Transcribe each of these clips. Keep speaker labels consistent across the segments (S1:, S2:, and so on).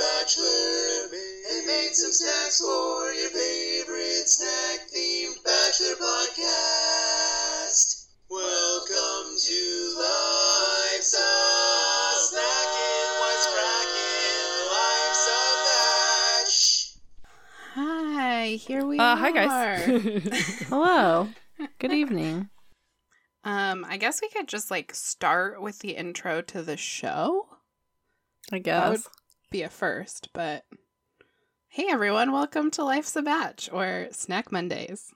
S1: Bachelor and made some snacks for your favorite snack themed Bachelor podcast. Welcome to Life's a Snackin', what's crackin', Life's a Batch.
S2: Hi, here we
S3: Uh,
S2: are.
S3: hi guys.
S2: Hello. Good evening.
S4: Um, I guess we could just like start with the intro to the show.
S3: I
S4: That would
S3: guess.
S4: be a first, but hey everyone, welcome to Life's a Batch or Snack Mondays.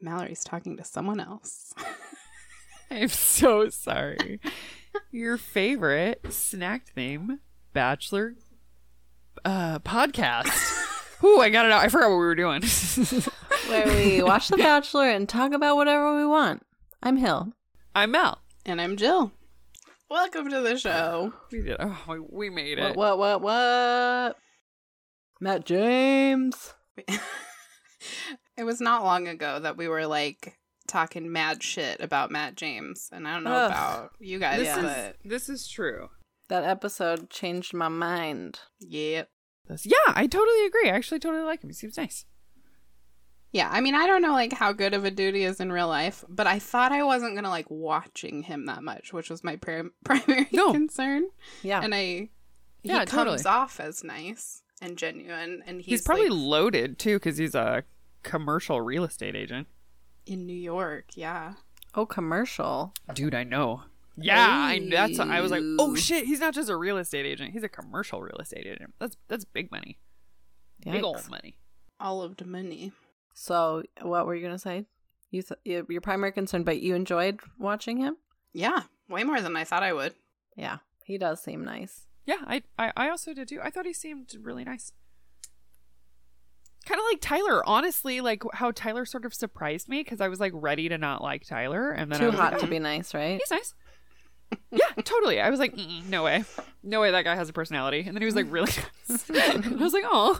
S4: Mallory's talking to someone else.
S3: I'm so sorry. Your favorite snack name, Bachelor uh podcast. Ooh, I got it out. I forgot what we were doing.
S2: Where we watch The Bachelor and talk about whatever we want. I'm Hill.
S3: I'm Mel.
S4: and I'm Jill. Welcome to the show.
S3: We did. Oh, we- we made
S4: What
S3: it.
S4: what what what?
S2: Matt James.
S4: It was not long ago that we were like talking mad shit about Matt James, and I don't know
S2: Ugh.
S4: about you guys,
S3: This is
S4: but
S3: this is true.
S2: That episode changed my mind.
S4: yeah.
S3: This- yeah, I totally agree. I actually totally like him. He seems nice.
S4: Yeah, I mean, I don't know like how good of a dude he is in real life, but I thought I wasn't gonna like watching him that much, which was my prim- primary
S3: No.
S4: concern.
S2: Yeah.
S4: And I,
S3: Yeah,
S4: he
S3: totally.
S4: comes off as nice and genuine, and
S3: He's,
S4: he's,
S3: probably
S4: like,
S3: loaded too because he's a commercial real estate agent.
S4: in New York. Yeah,
S2: oh, commercial.
S3: Dude, I know. Yeah, I that's I was like, oh
S2: Ooh.
S3: shit, he's not just a real estate agent, he's a commercial real estate agent. That's that's big money. Big
S2: Yikes.
S3: old money.
S4: all of the money.
S2: So, what were you going to say? You th- your your primary concern, but you enjoyed watching him?
S4: Yeah, way more than I thought I would.
S2: Yeah. He does seem nice.
S3: Yeah, I, I I also did too. I thought he seemed really nice. Kind of like Tyler, honestly, like how Tyler sort of surprised me because I was like ready to not like Tyler, and then I
S2: Too
S3: was
S2: hot
S3: like,
S2: to
S3: "Oh,
S2: be nice, right?
S3: He's nice. yeah, totally. I was like, "Mm-mm, no way, no way, that guy has a personality. And then he was like, really nice. And I was like, oh,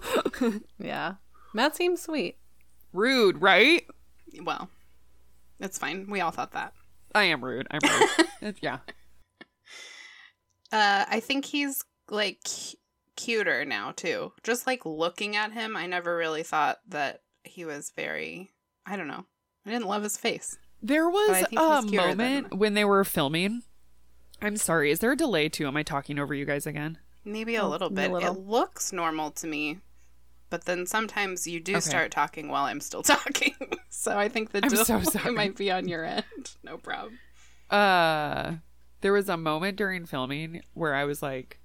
S2: Yeah. Matt seems sweet.
S3: rude, right?
S4: Well, that's fine. We all thought that.
S3: I am rude. I'm rude. It's- yeah.
S4: Uh, I think he's like cu- cuter now too. Just like looking at him, I never really thought that he was very. I don't know. I didn't love his face.
S3: There
S4: But I
S3: was
S4: think
S3: a
S4: he's cuter than-
S3: moment when they were filming. I'm sorry. Is there a delay too? Am I talking over you guys again?
S4: Maybe a
S2: Oh,
S4: little
S2: a
S4: bit.
S2: little.
S4: It looks normal to me, but then sometimes you do
S3: Okay.
S4: start talking while I'm still talking. so I think the
S3: I'm
S4: delay
S3: so sorry.
S4: might be on your end. No problem.
S3: uh there was a moment during filming where i was like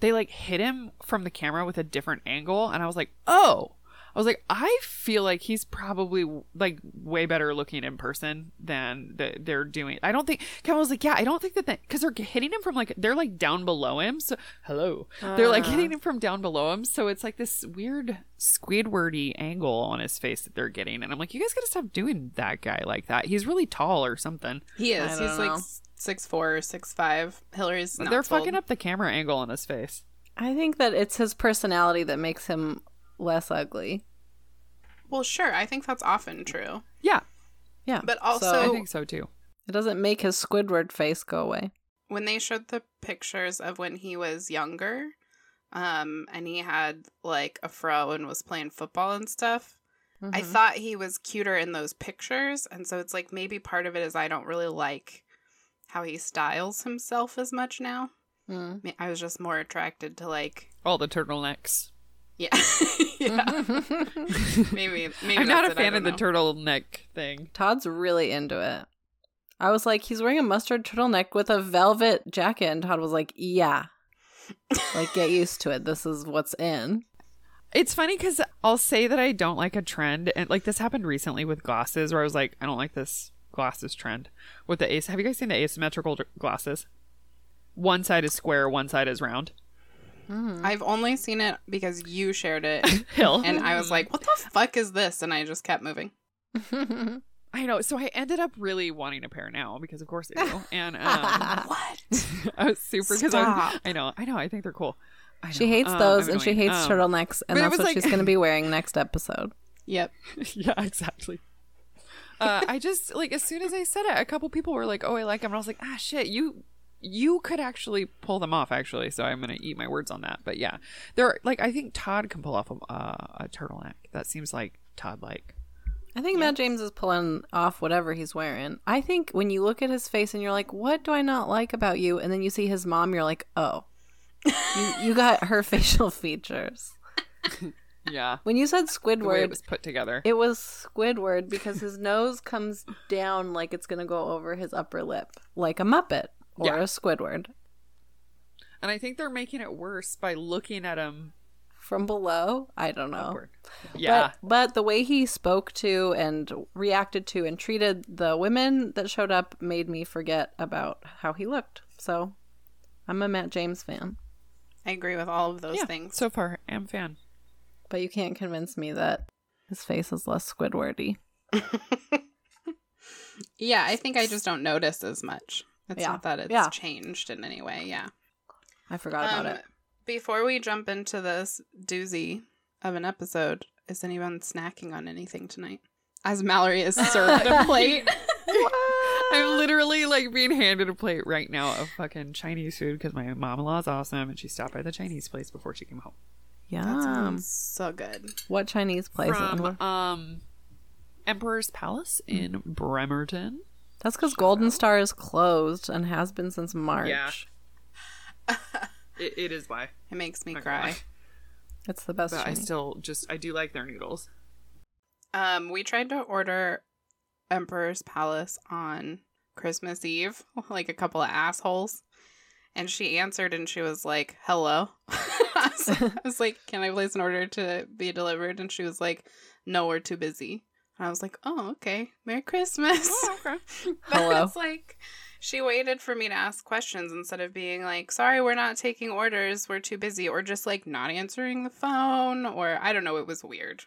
S3: they like hit him from the camera with a different angle and i was like oh i was like i feel like he's probably like way better looking in person than the, they're doing i don't think kevin was like yeah i don't think that because they're hitting him from like they're like down below him so hello they're like
S2: Ah.
S3: hitting him from down below him so it's like this weird squidwardy angle on his face that they're getting and i'm like you guys gotta stop doing that guy like that he's really tall or something
S4: He
S2: I
S4: is. He's
S2: don't know.
S4: like six four or six five. Hillary's. Not
S3: They're
S4: told.
S3: fucking up the camera angle on his face.
S2: I think that it's his personality that makes him less ugly.
S4: Well, sure. I think that's often true.
S3: Yeah,
S2: Yeah.
S4: But
S2: So-
S4: also-
S3: I
S4: Oh.
S3: think so too.
S2: It doesn't make his Squidward face go away.
S4: when they showed the pictures of when he was younger, um, and he had like a fro and was playing football and stuff, I
S3: Mm-hmm.
S2: Mhm.
S4: thought he was cuter in those pictures. And so it's like maybe part of it is I don't really like how he styles himself as much now.
S2: Mm.
S3: Hmm.
S4: I, mean, I was just more attracted to like,
S3: All the turtlenecks.
S4: yeah, yeah. maybe, maybe
S3: I'm not
S4: that's
S3: a
S4: it, I
S3: fan of the
S4: don't know.
S3: turtleneck thing.
S2: Todd's really into it. I was like, he's wearing a mustard turtleneck with a velvet jacket, and Todd was like, yeah. like, get used to it. This is what's in.
S3: It's funny because I'll say that I don't like a trend, and like this happened recently with glasses, where I was like, I don't like this glasses trend with the ace. Have you guys seen the asymmetrical dr- glasses? One side is square, one side is round.
S4: I've only seen it because you shared it,
S3: Hill
S4: and I was like, "What the fuck is this?" And I just kept moving.
S3: I know. So I ended up really wanting a pair now because, of course, I do. And um,
S4: What?
S3: I was super because
S4: Stop.
S3: I know, I know, I think they're cool. I
S2: she
S3: know.
S2: hates
S3: Um,
S2: those,
S3: I'm
S2: and she
S3: annoying.
S2: hates
S3: Um,
S2: turtlenecks, and
S3: but it
S2: that's
S3: was
S2: what
S3: like-
S2: she's going to be wearing next episode.
S4: Yep.
S3: yeah, exactly. Uh, I just like as soon as I said it, a couple people were like, "Oh, I like him," and I was like, "Ah, shit, you you could actually pull them off actually so i'm gonna eat my words on that but yeah there are, like i think todd can pull off a, uh, a turtleneck that seems like todd like
S2: I think Matt James is pulling off whatever he's wearing. I think when you look at his face and you're like, "What do I not like about you?" and then you see his mom, you're like, "Oh, you, you got her facial features."
S3: yeah
S2: When you said
S3: the way it
S2: Squidward,
S3: was put together
S2: it was Squidward because his nose comes down like it's gonna go over his upper lip, like a Muppet or
S3: Yeah.
S2: a Squidward
S3: and i think they're making it worse by looking at him
S2: from below. I don't know.
S3: upward yeah
S2: Oh. But, but the way he spoke to and reacted to and treated the women that showed up made me forget about how he looked. So I'm a Matt James fan.
S4: I agree with all of those
S3: yeah,
S4: things.
S3: so far am fan
S2: But you can't convince me that his face is less Squidwardy.
S4: Yeah, I think I just don't notice as much. It's
S2: Yeah.
S4: not that it's
S2: Yeah.
S4: changed in any way. Yeah.
S2: I forgot about
S4: Um,
S2: it.
S4: Before we jump into this doozy of an episode, is anyone snacking on anything tonight? As Mallory is served a plate.
S3: i'm literally like being handed a plate right now of fucking chinese food because my mom-in-law's awesome and she stopped by the chinese place before she came home
S4: That
S2: Yum.
S4: sounds so good.
S2: What Chinese place? and
S3: from
S2: what-
S3: um Emperor's Palace in Bremerton.
S2: That's because Golden Star is closed and has been since March.
S3: Yeah. It, it is by.
S4: It makes me
S3: Not gonna
S4: cry.
S3: lie.
S2: It's the best.
S3: But I
S2: Chinese.
S3: still just I do like their noodles.
S4: Um, we tried to order Emperor's Palace on Christmas Eve, like a couple of assholes. And she answered and she was like, hello. I, was, I was like, can I place an order to be delivered? And she was like, no, we're too busy. And I was like, oh, okay. Merry Christmas.
S3: Oh, okay.
S4: But
S2: Hello.
S4: it's like she waited for me to ask questions instead of being like, sorry, we're not taking orders, we're too busy, or just like not answering the phone, or I don't know, it was weird.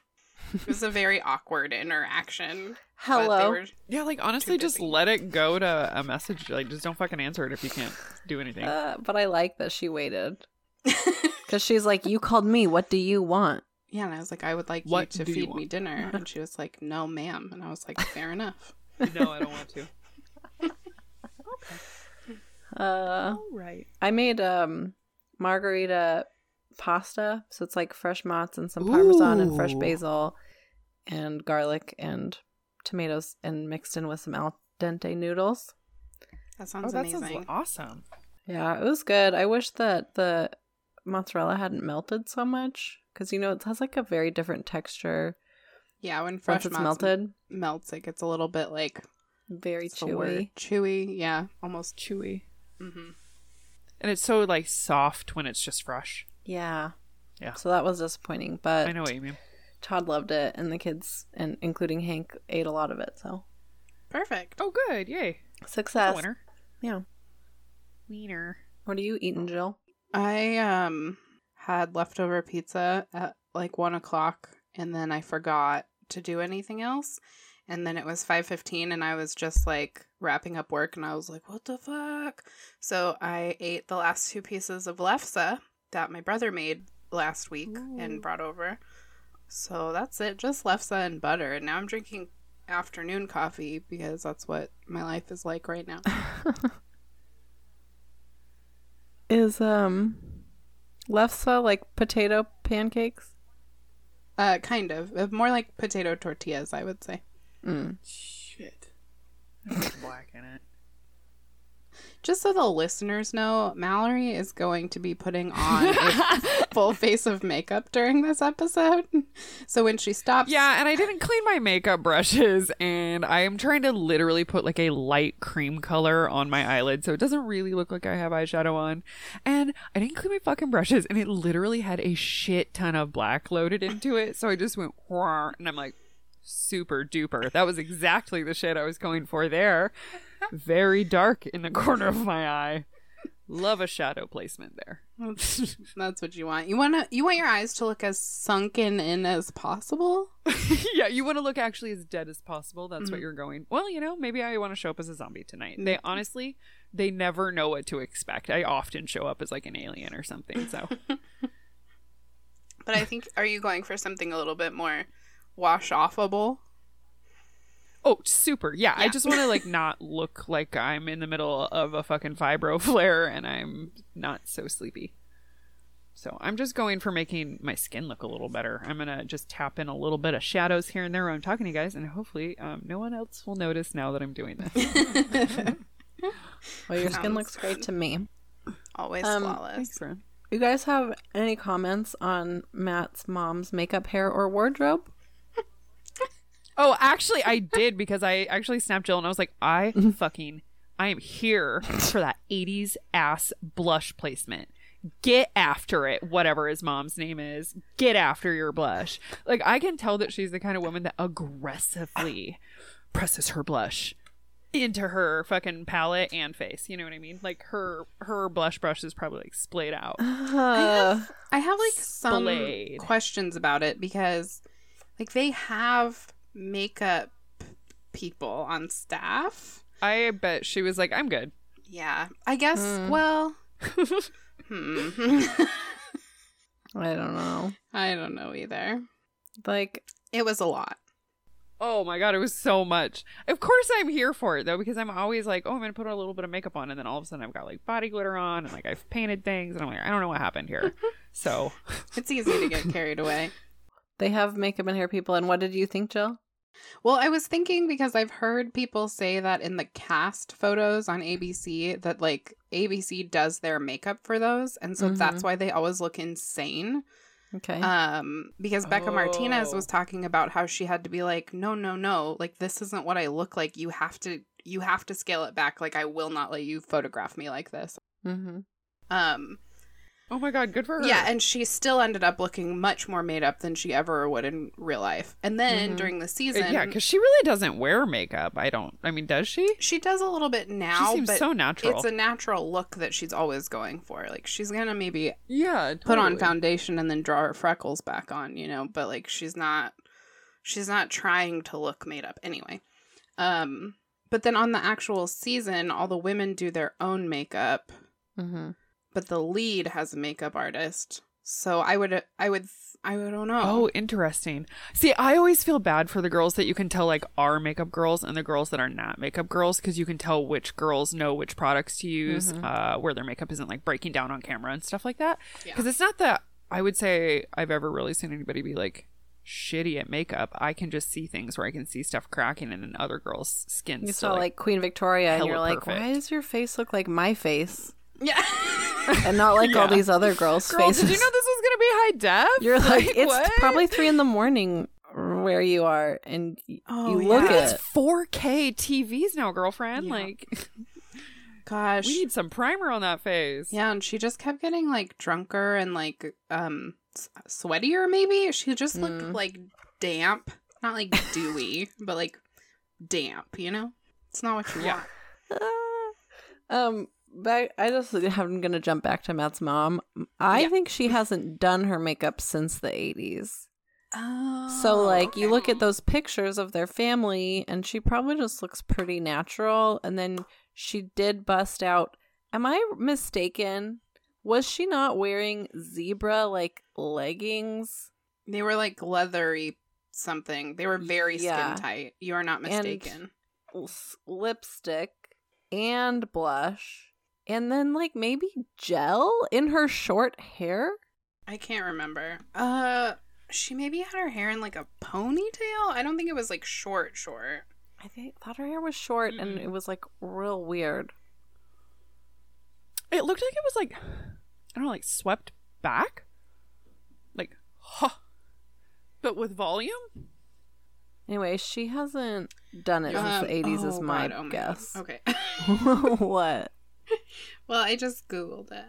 S4: It was a very awkward interaction. but they
S2: Hello. Uh,
S4: were-
S3: Yeah, like honestly,
S4: Too
S3: just
S4: busy.
S3: let it go to a message. Like, just don't fucking answer it if you can't do anything.
S2: Uh, but I like that she waited because she's like, "You called me. What do you want?"
S4: yeah, and I was like, I would like
S3: What
S4: you to
S3: do you
S4: feed me
S3: want?
S4: dinner. And she was like, no, ma'am. And I was like, fair enough.
S3: no, I don't want to.
S2: Uh,
S3: All right.
S2: I made um margarita pasta, so it's like fresh mozz and some
S3: Ooh.
S2: parmesan and fresh basil and garlic and tomatoes and mixed in with some al dente noodles.
S4: That
S3: Oh,
S4: sounds
S3: that
S4: amazing.
S3: sounds awesome.
S2: Yeah, it was good. I wish that the mozzarella hadn't melted so much because you know it has like a very different texture
S4: yeah, when fresh
S2: once it's
S4: mozz
S2: melted.
S4: melts, it gets a little bit like
S2: Very
S4: what's the word?
S2: chewy.
S4: Chewy, yeah, almost.
S3: Chewy.
S4: hmm
S3: Mm-hmm. And it's so like soft when it's just fresh.
S2: Yeah.
S3: Yeah.
S2: So that was disappointing, but
S3: I know what you mean.
S2: Todd loved it, and the kids, and including Hank, ate a lot of it. So
S4: Perfect.
S3: Oh, good. Yay.
S2: success.
S3: Winner.
S2: Yeah.
S3: Wiener.
S2: What are you eating, Jill?
S4: I um had leftover pizza at like one o'clock, and then I forgot to do anything else. And then it was five fifteen, and I was just like wrapping up work, and I was like, "What the fuck?" So I ate the last two pieces of lefse that my brother made last week and brought over. So that's it, just lefse and butter. And now I'm drinking afternoon coffee because that's what my life is like right now.
S2: Is um lefse like potato pancakes?
S4: uh, kind of, Uh, more like potato tortillas, I would say.
S3: Shit. There's black in it.
S4: Just so the listeners know, Mallory is going to be putting on a full face of makeup during this episode. So when she stops,
S3: Yeah, and I didn't clean my makeup brushes, and I am trying to literally put like a light cream color on my eyelid, so it doesn't really look like I have eyeshadow on. And I didn't clean my fucking brushes, and it literally had a shit ton of black loaded into it, so I just went, "Wah," and I'm like, super duper. That was exactly the shit I was going for there. Very dark in the corner of my eye. Love a shadow placement there.
S4: that's what you want. You want to you want your eyes to look as sunken in as possible.
S3: yeah, you want to look actually as dead as possible. That's what you're going. Well, you know, maybe I want to show up as a zombie tonight. They honestly, they never know what to expect. I often show up as like an alien or something. So
S4: But I think are you going for something a little bit more wash offable?
S3: Oh, super. Yeah, I
S4: Yeah.
S3: just want to like not look like I'm in the middle of a fucking fibro flare and I'm not so sleepy. So I'm just going for making my skin look a little better. I'm gonna just tap in a little bit of shadows here and there when I'm talking to you guys, and hopefully, um, no one else will notice now that I'm doing this.
S2: Well, your
S4: Sounds
S2: skin looks great to me.
S4: Always
S2: Um,
S4: flawless.
S3: Thanks, Ren.
S2: You guys have any comments on Matt's mom's makeup, hair, or wardrobe?
S3: Oh, actually, I did because I actually snapped Jill and I was like, I fucking, I am here for that 80s ass blush placement. Get after it, whatever his mom's name is. Get after your blush. Like, I can tell that she's the kind of woman that aggressively presses her blush into her fucking palette and face. You know what I mean? Like her her blush brush is probably like splayed out.
S2: Uh,
S4: I have like some
S3: Splayed.
S4: questions about it because like they have makeup people on staff.
S3: I bet she was like, I'm good.
S4: Yeah. I guess
S2: Mm.
S4: well hmm.
S2: I don't know.
S4: I don't know either.
S2: Like,
S4: It was a lot.
S3: Oh my god, it was so much. Of course I'm here for it though, because I'm always like, oh, I'm gonna put a little bit of makeup on, and then all of a sudden I've got like body glitter on, and like I've painted things, and I'm like, I don't know what happened here. so
S4: It's easy to get carried away.
S2: they have makeup and hair people. And what did you think, Jill?
S4: Well, I was thinking because I've heard people say that in the cast photos on ABC that like ABC does their makeup for those and so
S2: Mhm.
S4: that's why they always look insane.
S2: Okay.
S3: Uh,
S4: Um because Becca Martinez
S3: Oh.
S4: was talking about how she had to be like no no no like this isn't what I look like you have to you have to scale it back like I will not let you photograph me like this.
S2: mm-hmm.
S4: Um
S3: Oh my god, good for her.
S4: Yeah, and she still ended up looking much more made up than she ever would in real life. And then
S2: Mhm.
S4: during the season,
S3: Uh, yeah, because she really doesn't wear makeup. I don't I mean, does she?
S4: she does a little bit now,
S3: she seems
S4: but
S3: so natural.
S4: it's a natural look that she's always going for. Like she's gonna maybe
S3: yeah,
S4: put on
S3: totally.
S4: foundation and then draw her freckles back on, you know, but like she's not she's not trying to look made up anyway. Um but then on the actual season, all the women do their own makeup.
S2: Mm-hmm.
S4: but the lead has a makeup artist. So I would, I would, I would, don't know.
S3: Oh, interesting. See, I always feel bad for the girls that you can tell like are makeup girls and the girls that are not makeup girls because you can tell which girls know which products to use,
S4: Mm-hmm.
S3: uh, where their makeup isn't like breaking down on camera and stuff like that.
S4: Yeah.
S3: Because it's not that I would say I've ever really seen anybody be like shitty at makeup. I can just see things where I can see stuff cracking and then other girls' skin.
S2: You saw like Queen Victoria, and
S3: hella
S2: you're like,
S3: perfect.
S2: why does your face look like my face
S3: Oh.
S4: yeah.
S2: and not like all
S3: Yeah.
S2: these other girls'
S3: girl,
S2: faces?
S3: did you know this was gonna be high def?
S2: You're like, it's
S3: what?
S2: probably three in the morning where you are, and y-
S4: Oh,
S2: you look
S4: yeah.
S2: at
S3: it's 4K TVs now, girlfriend.
S4: Yeah.
S3: Like,
S4: Gosh.
S3: we need some primer on that face.
S4: yeah, and she just kept getting like drunker and like um s- sweatier. Maybe she just looked
S2: Mm.
S4: like damp, not like dewy, but like damp. You know, it's not what you
S3: Yeah.
S4: want.
S2: um back i just i'm gonna jump back to matt's mom i
S4: Yeah.
S2: think she hasn't done her makeup since the 80s
S4: Oh,
S2: so like you look at
S4: okay.
S2: those pictures of their family and she probably just looks pretty natural and then she did bust out am i mistaken was she not wearing zebra like leggings
S4: they were like leathery something. They were very
S2: Yeah.
S4: skin tight. You are not
S2: And-
S4: mistaken.
S2: s- lipstick and blush and then like maybe gel in her short hair
S4: I can't remember. Uh, she maybe had her hair in like a ponytail. I don't think it was like short, short.
S2: I think thought her hair was short and
S3: Mm-mm.
S2: it was like real weird.
S3: It looked like it was like I don't know, like swept back, like huh, but with volume.
S2: Anyway, she hasn't done it since
S4: Um,
S2: the eighties, is
S4: oh
S2: my
S4: God, oh God.
S2: guess.
S4: Okay.
S2: what?
S4: well, I just googled it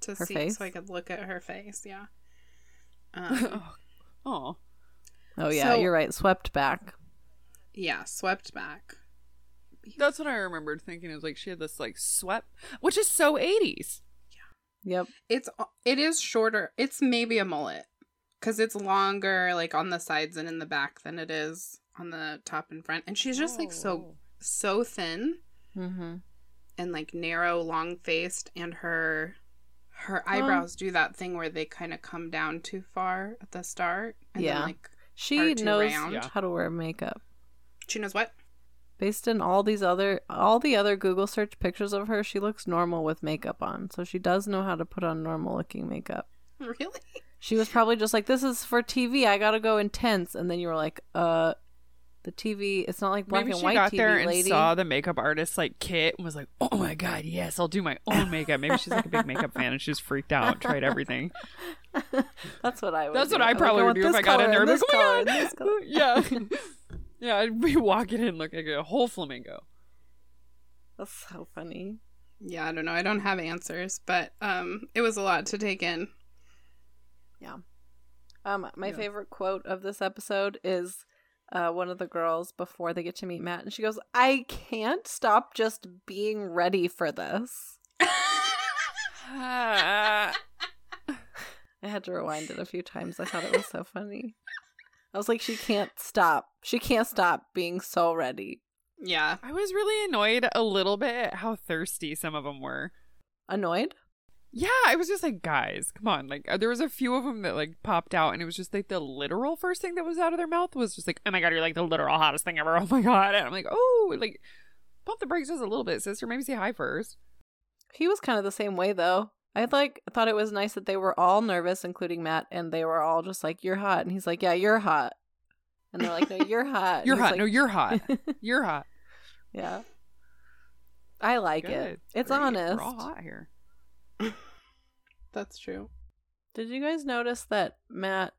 S4: to
S2: Her
S4: see
S2: face?
S4: so I could look at her face. Yeah. Um,
S3: oh, oh,
S2: Oh yeah,
S4: So-
S2: you're right. Swept back.
S4: yeah, swept back.
S3: that's what I remembered thinking. It was like she had this like swept, which is so eighties.
S2: Yep.
S4: It's uh, it is shorter. It's maybe a mullet because it's longer, like on the sides and in the back, than it is on the top and front. And she's just like so
S2: Oh.
S4: so thin.
S2: Mm-hmm.
S4: and like narrow long faced and her her eyebrows do that thing where they kind of come down too far at the start and
S2: Yeah.
S4: then like
S2: She
S4: Are too
S2: knows
S4: round.
S3: Yeah.
S2: how to wear makeup.
S4: She knows what?
S2: Based on all these other all the other Google search pictures of her, she looks normal with makeup on. So she does know how to put on normal looking makeup.
S4: Really?
S2: She was probably just like, This is for TV, I gotta go intense and then you were like, uh the TV it's not like black
S3: Maybe
S2: and
S3: she
S2: white
S3: got
S2: TV
S3: there and
S2: lady.
S3: saw the makeup artist like Kit and was like, "Oh my god, yes, I'll do my own makeup." Maybe she's like a big makeup fan and she's freaked out, and tried everything.
S2: That's what I would
S3: That's
S2: do.
S3: what I
S2: Like,
S3: probably would
S2: want
S3: do if
S2: this
S3: I got in
S2: color
S3: there.
S2: and
S3: I'd be
S2: This
S3: like,
S2: color
S3: "Oh
S2: and this color.
S3: my god, yeah, yeah, I'd be walking in looking like a whole flamingo.
S2: That's so funny.
S4: Yeah, I don't know. I don't have answers, but um, it was a lot to take in.
S2: Um, my
S3: Yeah.
S2: favorite quote of this episode is uh, one of the girls before they get to meet Matt, and she goes, "I can't stop just being ready for this."
S3: Ah.
S2: I had to rewind it a few times. I thought it was so funny. I was like, "She can't stop. She can't stop being so ready."
S4: yeah.
S3: I was really annoyed a little bit at how thirsty some of them were.
S2: Annoyed?
S3: Yeah, I was just like, guys, come on. Like, uh, there was a few of them that like popped out, and it was just like the literal first thing that was out of their mouth was just like, oh my god, you're like the literal hottest thing ever. Oh my god, and I'm like, oh, like pump the brakes just a little bit, sister. Maybe say hi first.
S2: He was kind of the same way though. I like thought it was nice that they were all nervous, including Matt, and they were all just like, "You're hot," and he's like, "Yeah, you're hot," and they're like, "No, you're hot." And
S3: You're
S2: he's
S3: hot.
S2: Uh, like-
S3: no, you're hot. You're hot.
S2: Yeah. I like
S3: Good.
S2: it. It's
S3: Great.
S2: honest.
S3: We're all hot here.
S4: That's true.
S2: Did you guys notice that Matt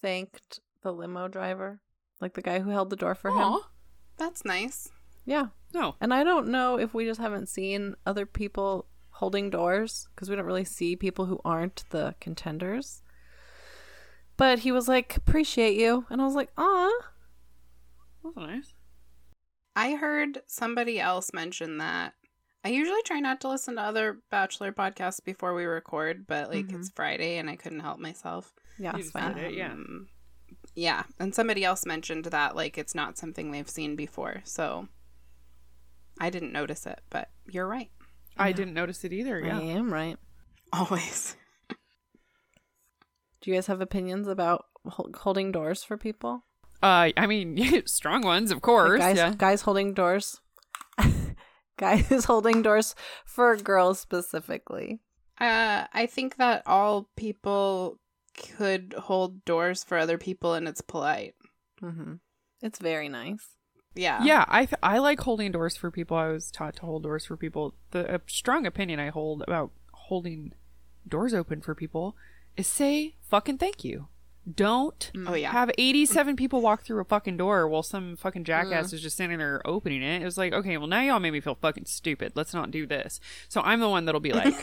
S2: thanked the limo driver? Like the guy who held the door for him?
S3: Aw.
S4: That's nice.
S2: Yeah.
S3: No.
S2: And I don't know if we just haven't seen other people holding doors because we don't really see people who aren't the contenders. But he was like, appreciate you. And I was like, aw.
S3: That's nice.
S4: I heard somebody else mention that. I usually try not to listen to other Bachelor podcasts before we record, but like it's Friday and I couldn't help myself.
S2: Yeah,
S3: You
S2: it's
S3: just did
S2: fine.
S3: it, yeah.
S4: Um, yeah. And somebody else mentioned that like it's not something they've seen before. So I didn't notice it, but you're right.
S3: I didn't notice it either.
S2: I
S3: Yeah.
S2: am right.
S4: Always.
S2: Do you guys have opinions about hol- holding doors for people?
S3: Uh, I mean, strong ones, of course.
S2: Like, guys,
S3: yeah.
S2: guys holding doors. guys holding doors for girls specifically.
S4: Uh, I think that all people could hold doors for other people and it's polite.
S2: hmm It's very nice.
S4: Yeah.
S3: yeah i th- i like holding doors for people i was taught to hold doors for people the uh, strong opinion i hold about holding doors open for people is say fucking thank you don't
S4: Oh, yeah.
S3: have 87 people walk through a fucking door while some fucking
S4: Mm.
S3: jackass is just standing there opening it it was like okay well now y'all made me feel fucking stupid let's not do this so i'm the one that'll be like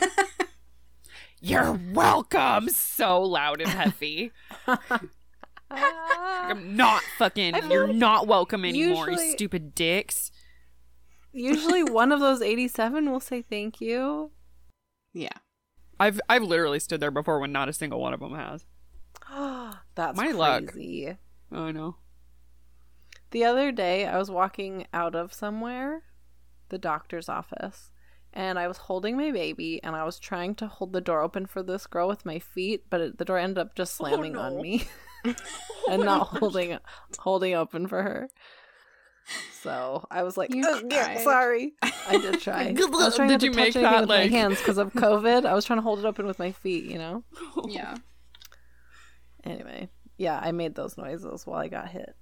S3: you're welcome so loud and heavy
S2: Ah.
S3: Like, i'm not fucking you're not welcome anymore
S2: usually-
S3: you stupid dicks
S2: Usually one of those 87 will say thank you.
S4: Yeah.
S3: I've I've literally stood there before when not a single one of them has.
S2: That's
S3: My luck.
S2: crazy.
S3: Oh no.
S2: The other day I was walking out of somewhere, the doctor's office, and I was holding my baby and I was trying to hold the door open for this girl with my feet, but it, the door ended up just slamming on
S3: Oh, no. Oh,
S2: me. and not holding holding open for her. So I was like,
S4: You
S2: "Oh, yeah,
S4: tried.
S2: sorry, I did try. I was trying
S3: Did
S2: not to
S3: you
S2: touch
S3: make
S2: anything
S3: that,
S2: with
S3: like-
S2: my hands because of COVID? I was trying to hold it open with my feet, you know.
S4: Yeah.
S2: Anyway, yeah, I made those noises while I got hit.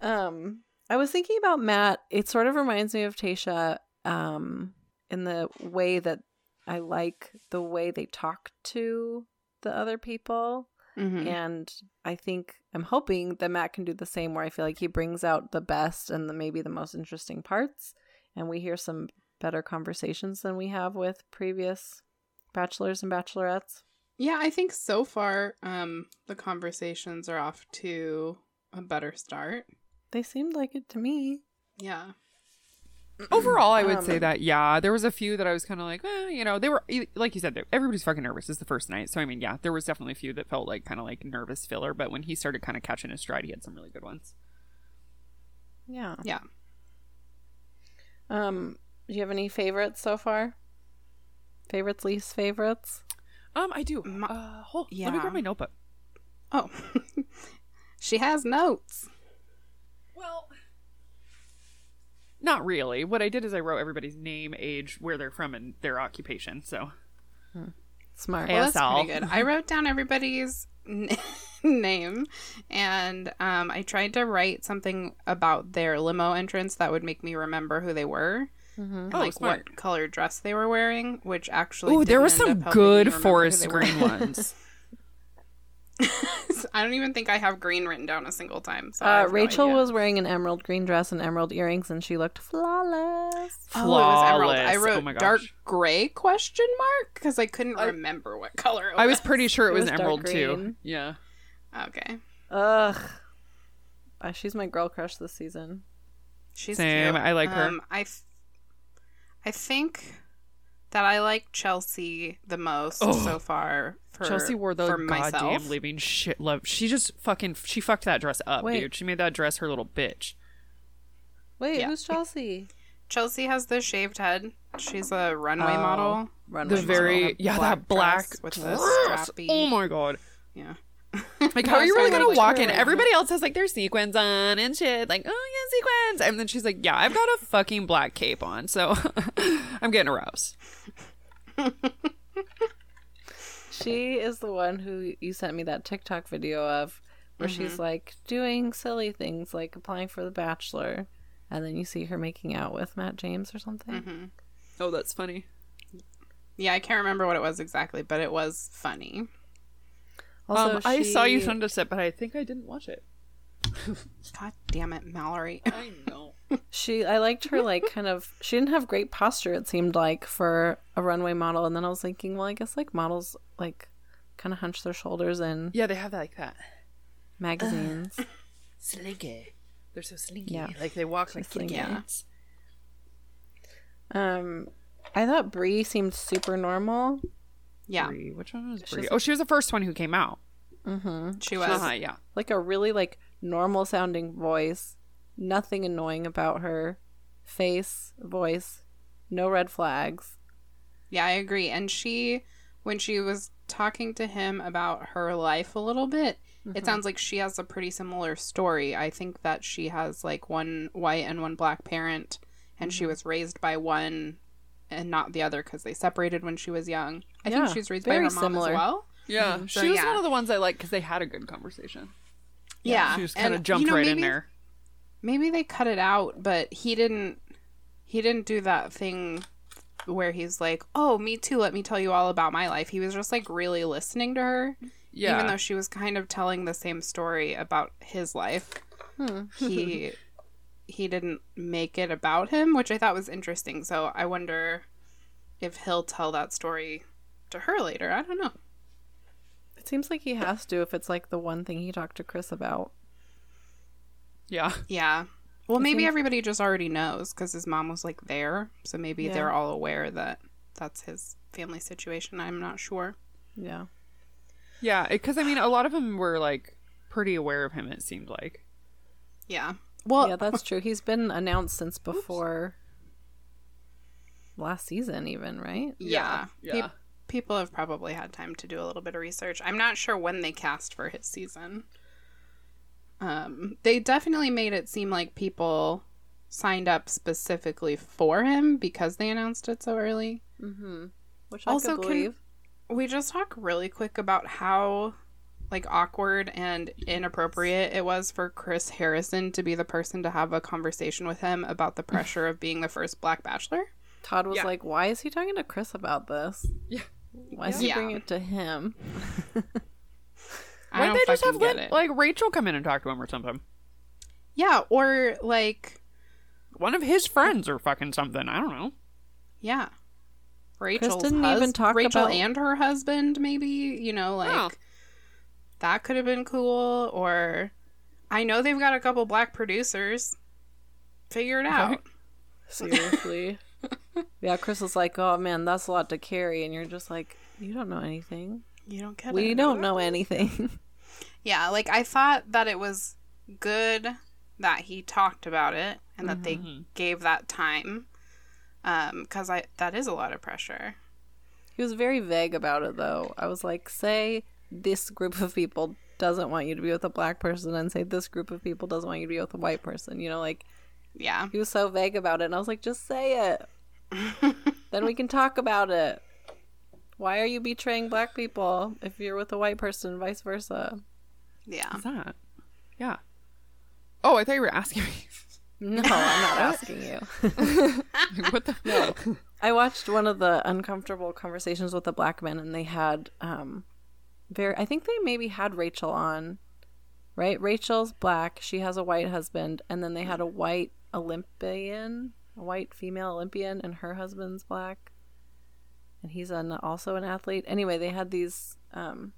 S2: Um, I was thinking about Matt. It sort of reminds me of Tasha, um, in the way that I like the way they talk to the other people.
S4: Mhm.
S3: Mm-hmm.
S2: and I think I'm hoping that Matt can do the same. Where I feel like he brings out the best and the maybe the most interesting parts, and we hear some better conversations than we have with previous bachelors and bachelorettes.
S4: Yeah, I think so far um the conversations are off to a better start.
S2: They seemed like it to me.
S4: Yeah.
S3: Overall, I would
S2: Um,
S3: say that yeah, there was a few that I was kind of like, eh, you know, they were like you said, they- everybody's fucking nervous. It's the first night, so I mean, yeah, there was definitely a few that felt like kind of like nervous filler. But when he started kind of catching his stride, he had some really good ones.
S2: Yeah.
S4: Yeah.
S2: Um. Do you have any favorites so far? Favorites, least favorites.
S3: Um, I do.
S4: My-
S3: uh, hold, let
S4: yeah.
S3: me grab my notebook.
S4: Oh. she has notes.
S3: Well, Not really. What I did is I wrote everybody's name, age, where they're from, and their occupation. So
S2: Smart.
S3: Yeah.
S4: Well, that's
S3: ASL.
S4: pretty good. I wrote down everybody's n- name, and um, I tried to write something about their limo entrance that would make me remember who they were,
S2: Mhm.
S4: and,
S3: Oh,
S4: like
S3: smart.
S4: what color dress they were wearing, which actually.
S3: Ooh,
S4: didn't
S3: there were
S4: end
S3: some
S4: up helping me remember
S3: good
S4: who
S3: forest
S4: they were.
S3: green ones.
S4: I don't even think I have green written down a single time. So I
S2: Uh,
S4: have no
S2: Rachel
S4: idea.
S2: was wearing an emerald green dress and emerald earrings, and she looked flawless.
S4: Oh, it was emerald. I
S3: Flawless.
S4: wrote
S3: Oh my gosh.
S4: dark gray question mark because I couldn't
S3: I-
S4: remember what color. It was.
S3: I was pretty sure it
S2: It
S3: was,
S2: was dark
S3: emerald too.
S2: green.
S3: Yeah.
S4: okay.
S2: Ugh. Uh, she's my girl crush this season.
S4: She's
S3: Same.
S4: cute. Um,
S3: I like her.
S4: I, f- I think that I like Chelsea the most
S3: Oh.
S4: so far. For,
S3: Chelsea wore the
S4: for
S3: goddamn
S4: myself.
S3: living shit love. She just fucking she fucked that dress up,
S2: Wait.
S3: dude. She made that dress her little bitch.
S2: Wait,
S4: Yeah.
S2: who's Chelsea?
S4: Chelsea has the shaved head. She's a runway
S2: Oh.
S4: model.
S2: Runway
S3: The
S2: model.
S3: very
S4: That
S3: yeah,
S4: black
S3: that black
S4: dress with the
S3: dress.
S4: strappy-
S3: Oh my god.
S4: Yeah.
S3: Like, how are you
S4: so I
S3: really gonna
S4: like
S3: walk
S4: her.
S3: in? Everybody else has like their sequins on and shit. Like, oh yeah, sequins. And then she's like, yeah, I've got a fucking black cape on, so I'm getting aroused.
S2: She is the one who you sent me that TikTok video of where she's like doing silly things like applying for The Bachelor. And then you see her making out with Matt James or something.
S4: Mhm.
S3: Oh, that's funny.
S4: Yeah, I can't remember what it was exactly, but it was funny.
S2: Also,
S3: um, I saw you
S2: she-
S3: send us it, but I think I didn't watch it.
S4: God damn it, Mallory.
S3: I know.
S2: She, I liked her, like, kind of. She didn't have great posture, it seemed like, for a runway model. And then I was thinking, well, I guess, like, models, like, kind of hunch their shoulders in
S3: Yeah, they have that like that.
S2: magazines.
S3: Slinky. They're so slinky.
S2: Yeah.
S3: Like they walk like
S2: She's slinky.
S3: cats.
S2: um, I thought Brie seemed super normal.
S4: Yeah,
S3: Brie. Which one was
S2: She's
S3: Brie?
S2: like-
S3: Oh, she was the first one who came out.
S2: Mm-hmm.
S4: she was.
S3: Uh-huh, yeah.
S2: like a really like normal sounding voice nothing annoying about her face voice no red flags
S4: Yeah, I agree. And she, when she was talking to him about her life a little bit,
S3: Mm-hmm.
S4: it sounds like she has a pretty similar story. I think that she has like one white and one black parent, and
S3: Mm-hmm.
S4: she was raised by one and not the other because they separated when she was young. I
S2: Yeah,
S4: think she was raised by
S2: very
S4: her mom
S2: similar.
S4: as well.
S3: Yeah.
S4: So,
S3: she was
S4: yeah.
S3: one of the ones I liked because they had a good conversation.
S4: Yeah,
S3: She just
S4: and,
S3: kind of jumped
S4: you know,
S3: right in
S4: maybe-
S3: there.
S4: Maybe they cut it out, but he didn't. He didn't do that thing where he's like, "Oh, me too. Let me tell you all about my life." He was just like really listening to her.
S3: Yeah.
S4: Even though she was kind of telling the same story about his life,
S2: hmm.
S4: he he didn't make it about him, which I thought was interesting. So I wonder if he'll tell that story to her later. I don't know.
S2: it seems like he has to if it's like the one thing he talked to chris about
S3: yeah.
S4: Yeah. Well, maybe
S2: seems-
S4: everybody just already knows because his mom was like there, so maybe
S2: Yeah.
S4: they're all aware that that's his family situation. I'm not sure.
S2: yeah
S3: Yeah. Because, I mean, a lot of them were like pretty aware of him, it seemed like.
S4: Yeah. Well,
S2: yeah that's true he's been announced since before last season even right
S4: yeah.
S3: Yeah.
S4: Pe- people have probably had time to do a little bit of research. I'm not sure when they cast for his season. Um, they definitely made it seem like people signed up specifically for him because they announced it so early.
S2: mm-hmm which
S4: Also,
S2: i could
S4: can-
S2: believe
S4: We just talk really quick about how like awkward and inappropriate it was for Chris Harrison to be the person to have a conversation with him about the pressure of being the first black bachelor.
S2: todd was
S3: Yeah.
S2: like why is he talking to chris about this
S3: Yeah.
S2: why is he
S4: Yeah.
S2: bringing it to him
S4: I
S3: Why
S4: don't
S3: did they just have
S4: fucking get
S3: Lin-
S4: it.
S3: like Rachel come in and talk to him or something?
S4: yeah, or like
S3: One of his friends or fucking something. I don't know.
S4: Yeah. Rachel's
S2: didn't even
S4: hus-
S2: talk
S4: Rachel
S2: about-
S4: and her husband, maybe, you know, like
S3: Oh.
S4: that could have been cool. Or I know they've got a couple black producers. Figure it out.
S3: Right.
S2: Seriously. yeah, Chris is like, oh man, that's a lot to carry. And you're just like, you don't know anything.
S4: You don't get
S2: We
S4: it.
S2: don't know anything.
S4: Yeah, like I thought that it was good that he talked about it and that they
S3: Mhm.
S4: gave that time. Um, cause I that is a lot of pressure.
S2: he was very vague about it, though. I was like, say this group of people doesn't want you to be with a black person, and say this group of people doesn't want you to be with a white person. You know, like,
S4: Yeah.
S2: He was so vague about it, and I was like, just say it. Then we can talk about it. Why are you betraying black people if you're with a white person, and vice versa?
S4: yeah.
S3: What's that? Yeah. Oh, I thought you were asking me.
S2: No, I'm not asking you.
S3: Like, what the? No.
S2: I watched one of the uncomfortable conversations with the black men, and they had um, very. I think they maybe had Rachel on, right? Rachel's black. She has a white husband, and then they had a white Olympian, a white female Olympian, and her husband's black, and he's an, also an athlete. Anyway, they had these um,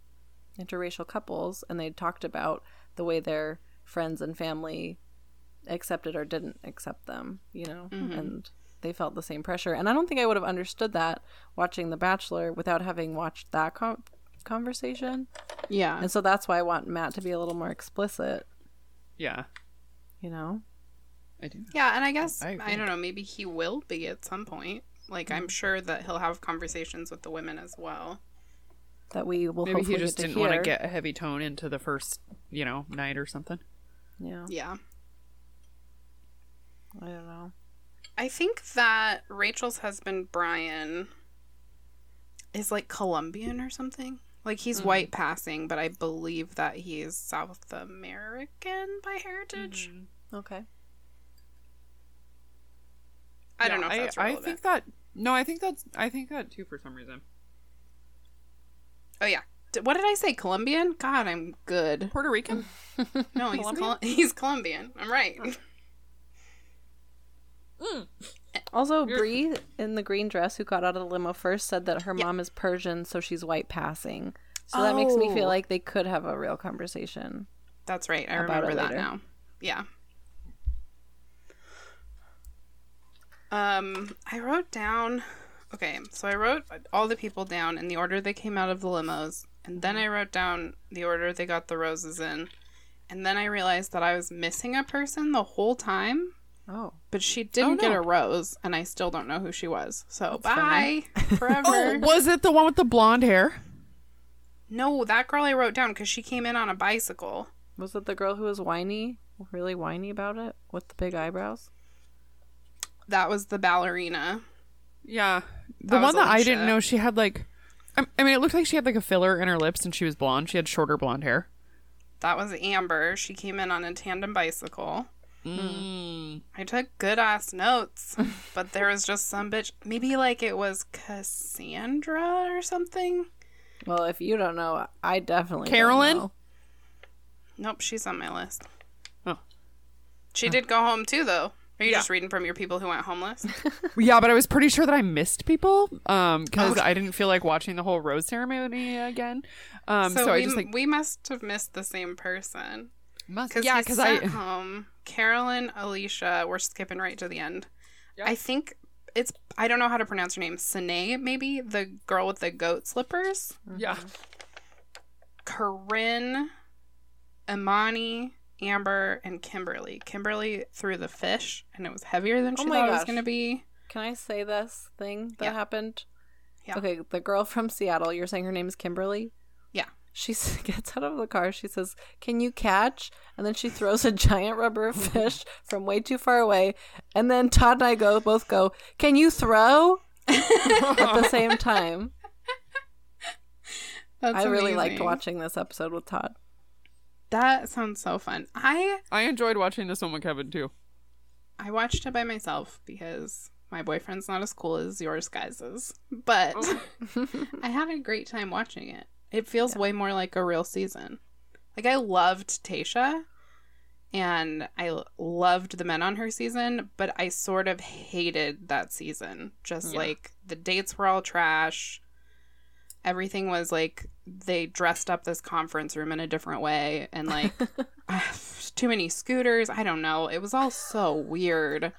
S2: interracial couples, and they talked about the way their friends and family accepted or didn't accept them, you know, and they felt the same pressure. And I don't think I would have understood that watching The Bachelor without having watched that com- conversation.
S4: Yeah.
S2: And so that's why I want Matt to be a little more explicit,
S3: Yeah,
S2: you know?
S3: I do.
S4: Yeah, and I guess
S3: I
S4: I,
S3: agree. Mm-hmm.
S4: don't know, maybe he will be at some point. Like I'm sure that he'll have conversations with the women as well.
S2: That we will
S3: Maybe
S2: hopefully
S3: he just
S2: get to
S3: didn't want to
S2: hear.
S3: get a heavy tone into the first, you know, night or something.
S2: Yeah.
S4: Yeah.
S2: I don't know.
S4: I think that Rachel's husband Brian is like Colombian or something. Like he's
S3: Mm.
S4: white passing, but I believe that he is South American by heritage.
S3: Mm.
S2: Okay.
S4: I don't
S3: Yeah,
S4: know if that's
S3: I, I
S4: relevant.
S3: think that no, I think that's I think that too for some reason.
S4: Oh yeah. D- What did I say? Colombian? God, I'm good.
S3: Puerto Rican?
S4: No, he's Col- he's Colombian. I'm right.
S3: Oh,
S2: Also, Bree in the green dress who got out of the limo first said that her
S4: Yeah.
S2: mom is Persian, so she's white passing. So that makes me feel
S4: Oh.
S2: like they could have a real conversation.
S4: That's right. I
S2: About it
S4: remember that
S2: later.
S4: now. Yeah. Um, I wrote down. Okay, so I wrote all the people down in the order they came out of the limos, and then I wrote down the order they got the roses in, and then I realized that I was missing a person the whole time,
S2: Oh.
S4: but she didn't get
S3: no.
S4: a rose, and I still don't know who she was. So bye
S2: Oh,
S4: forever.
S3: was it the one with the blonde hair?
S4: no, that girl I wrote down because she came in on a bicycle.
S2: Was it the girl who was whiny, really whiny about it, with the big eyebrows?
S4: That was the ballerina.
S3: Yeah, the
S4: That
S3: one
S4: was
S3: that I
S4: Alicia.
S3: didn't know she had like. I I mean, it looked like she had like a filler in her lips, and she was blonde. She had shorter blonde hair.
S4: That was Amber. She came in on a tandem bicycle.
S3: Mm.
S4: I took good ass notes, but there was just some bitch. Maybe like it was Cassandra or something.
S2: Well, if you don't know, I definitely don't
S3: Carolyn?
S2: know.
S4: Nope, she's on my list.
S3: Oh.
S4: She did go home too, though. Are you just reading from your people who went homeless?
S3: Yeah, but I was pretty sure that I missed people um because I didn't feel like watching the whole rose ceremony again. Um, so,
S4: we,
S3: I just like
S4: we must have missed the same person.
S3: must,
S4: Cause
S3: yeah,
S4: he
S3: because
S4: sent
S3: I
S4: home Carolyn, Alicia. We're skipping right to the end. I think it's I don't know how to pronounce her name. Sine, maybe the girl with the goat slippers.
S3: yeah
S4: Corinne, Imani, Amber, and Kimberly. Kimberly threw the fish, and it was heavier than she
S2: Oh my
S4: thought it was
S2: gosh.
S4: going to be.
S2: Can I say this thing that
S4: Yeah.
S2: happened?
S4: Yeah.
S2: Okay, the girl from Seattle, you're saying her name's Kimberly?
S4: Yeah.
S2: She s- gets out of the car. She says, Can you catch? And then she throws a giant rubber fish from way too far away. And then Todd and I go, both go, Can you throw? At the same time.
S4: That's
S2: I really liked
S4: amazing.
S2: watching this episode with Todd.
S4: That sounds so fun. I
S3: I enjoyed watching this one with Kevin too.
S4: I watched it by myself because my boyfriend's not as cool as yours guys is, but
S2: Oh
S4: I had a great time watching it. It feels way more like a real season. Like I loved Tasha and I l- loved the men on her season, but I sort of hated that season. Just
S3: Yeah.
S4: like the dates were all trash. Everything was like they dressed up this conference room in a different way and like too many scooters. I don't know. It was all so weird.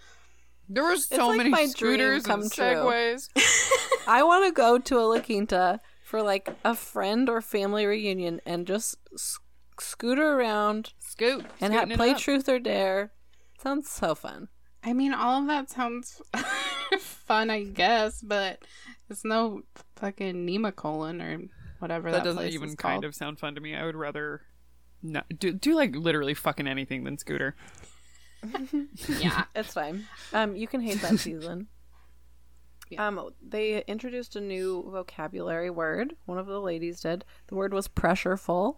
S3: There were so
S2: like
S3: many
S2: my dream
S3: scooters
S2: come
S3: and
S2: true.
S3: segways.
S2: I want to go to a La Quinta for like a friend or family reunion and just sc- scooter around
S3: Scoot
S2: and ha-
S3: have
S2: play truth or dare. Sounds so fun.
S4: I mean, all of that sounds fun, I guess, but it's no fucking nemacolon or whatever that,
S3: That doesn't
S4: place
S3: even
S4: is
S3: kind
S4: called.
S3: of sound fun to me. I would rather not do do like literally fucking anything than scooter.
S4: Yeah.
S2: It's fine. Um, you can hate that season.
S4: Yeah.
S2: Um, they introduced a new vocabulary word. One of the ladies did. The word was pressureful.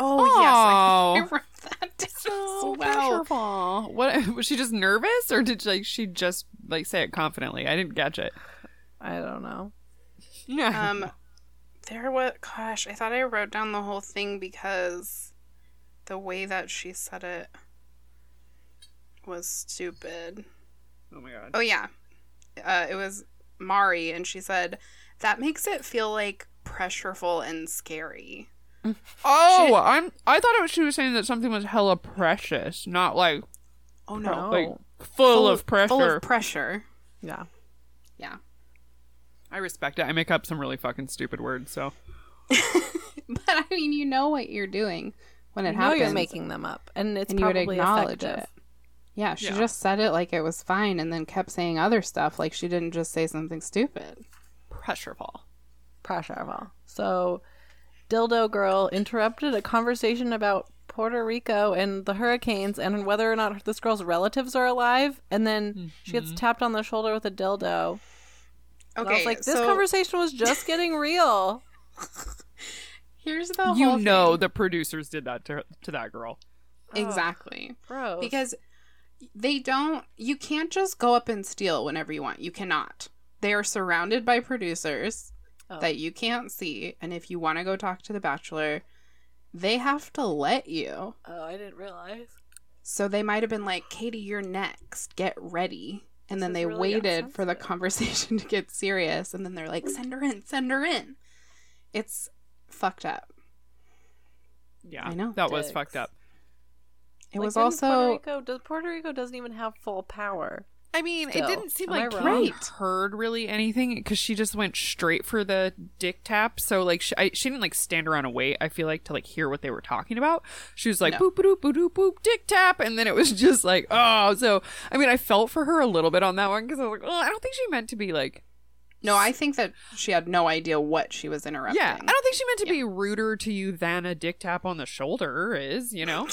S4: Oh, yes, I, I
S3: Oh.
S4: wrote that down
S3: So
S4: as well.
S3: pleasurable. What was she just nervous, or did like she just like say it confidently? I didn't catch it.
S2: I don't know.
S3: Yeah.
S4: Um, there was. Gosh, I thought I wrote down the whole thing because the way that she said it was stupid.
S3: oh my god.
S4: Oh yeah, uh, it was Mari, and she said that makes it feel like pressureful and scary.
S3: Oh, I'm. I thought it was, she was saying that something was hella precious, not like
S4: Oh no,
S2: Oh.
S3: like full, of pressure.
S4: full of pressure.
S2: Yeah.
S4: Yeah,
S3: I respect it. I make up some really fucking stupid words, so
S4: but I mean, you know what you're doing when it
S2: you know
S4: happens.
S2: you're making them up, and it's
S4: and you would
S2: probably
S4: acknowledge
S2: effective.
S4: it. Yeah, she
S3: Yeah.
S4: just said it like it was fine, and then kept saying other stuff like she didn't just say something stupid.
S3: pressure fall.
S2: Pressureful. So, dildo girl interrupted a conversation about Puerto Rico and the hurricanes and whether or not this girl's relatives are alive, and then
S4: Hmm.
S2: she gets tapped on the shoulder with a dildo. And I was like, this
S4: so
S2: conversation was just getting real.
S4: here's the
S3: you
S4: whole
S3: know
S4: thing.
S3: the producers did that to, to that girl.
S4: exactly
S2: Gross.
S4: because they don't. You can't just go up and steal whenever you want. You cannot. They are surrounded by producers
S2: Oh.
S4: that you can't see, and if you want to go talk to the Bachelor, they have to let you.
S2: oh, I didn't realize.
S4: So they might have been like, Katie, you're next. Get ready. And then
S2: This
S4: they
S2: is really
S4: waited for the
S2: offensive.
S4: conversation to get serious. And then they're like, send her in, send her in. It's fucked up.
S3: Yeah,
S4: I know.
S3: that was
S2: Dicks.
S3: fucked up.
S4: It
S2: Like,
S4: was
S2: didn't Puerto
S4: also.
S2: Rico. Does Puerto Rico doesn't even have full power?
S3: I mean,
S2: Still.
S3: it didn't seem
S2: Am I
S3: like
S2: wrong?
S3: Karen
S4: Right.
S3: heard really anything because she just went straight for the dick tap. So like she, I, she didn't like stand around and wait. I feel like to like hear what they were talking about. She was like
S4: No.
S3: boop boop boop boop boop dick tap, and then it was just like oh. So I mean, I felt for her a little bit on that one because I was like, oh, I don't think she meant to be like
S4: No, I think that she had no idea what she was interrupting.
S3: Yeah, I don't think she meant to be ruder to you than a dick tap on the shoulder is, you know?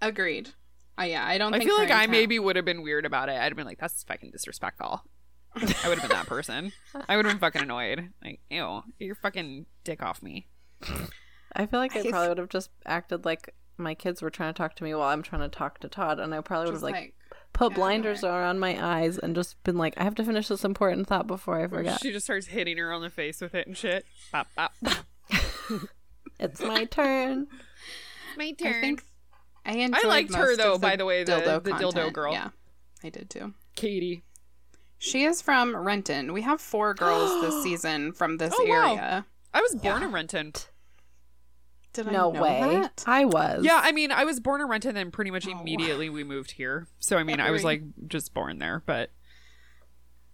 S4: Agreed. Uh, yeah, I don't
S3: I
S4: think
S3: feel like
S4: Karen
S3: I
S4: Town-
S3: maybe would have been weird about it. I'd have been like, that's fucking disrespectful. I would have been that person. I would have been fucking annoyed. Like, ew, get your fucking dick off me.
S2: I feel like I
S4: I-
S2: probably would have just acted like my kids were trying to talk to me while I'm trying to talk to Todd, and I probably would have
S4: just
S2: like,
S4: like,
S2: put
S4: yeah,
S2: blinders on my eyes and just been like, I have to finish this important thought before I forget.
S3: She just starts hitting her on the face with it and shit. Bop, bop.
S2: It's my turn.
S3: My
S4: I think I, enjoyed
S3: liked her,
S4: most
S3: though,
S4: of
S3: by the way, the- the dildo
S4: content.
S3: girl.
S4: Yeah, I did too.
S3: Katie.
S4: She is from Renton. We have four girls this season from this
S3: Oh, wow.
S4: area.
S3: I was born in Renton.
S4: Did
S2: No way. I was.
S3: Yeah, I mean, I was born in Renton and pretty much
S4: Oh.
S3: immediately we moved here. So, I mean, I was like
S4: Every-
S3: just born there, but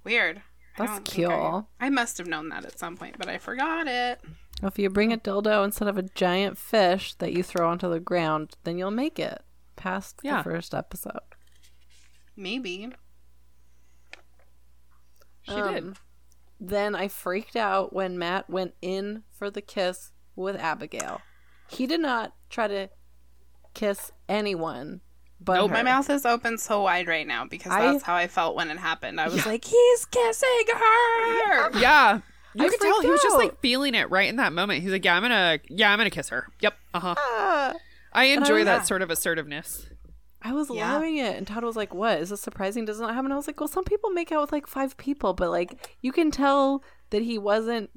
S4: Weird. I
S2: That's
S4: don't think I,
S2: cute.
S4: I must have known that at some point, but I forgot it.
S2: if you
S3: Oh.
S2: bring a dildo instead of a giant fish that you throw onto the ground, then you'll make it past
S3: Yeah.
S2: the first episode.
S4: Maybe.
S3: she did.
S2: Then I freaked out when Matt went in for the kiss with Abigail. He did not try to kiss anyone, but
S3: Nope.
S2: her.
S4: Oh, My mouth is open so wide right now because
S2: I-
S4: that's how I felt when it happened. I was like, he's kissing her.
S3: Yeah. You
S2: I
S3: could tell
S2: freaked
S3: he was just
S2: out.
S3: like feeling it right in that moment. He's like, Yeah, I'm gonna yeah, I'm gonna kiss her. Yep. Uh-huh. I
S2: I
S3: enjoy
S2: was-
S3: that sort of assertiveness.
S2: I was
S4: Yeah.
S2: loving it, and Todd was like, "What is this surprising? Does not happen?" I was like, "Well, some people make out with like five people, but like you can tell that he wasn't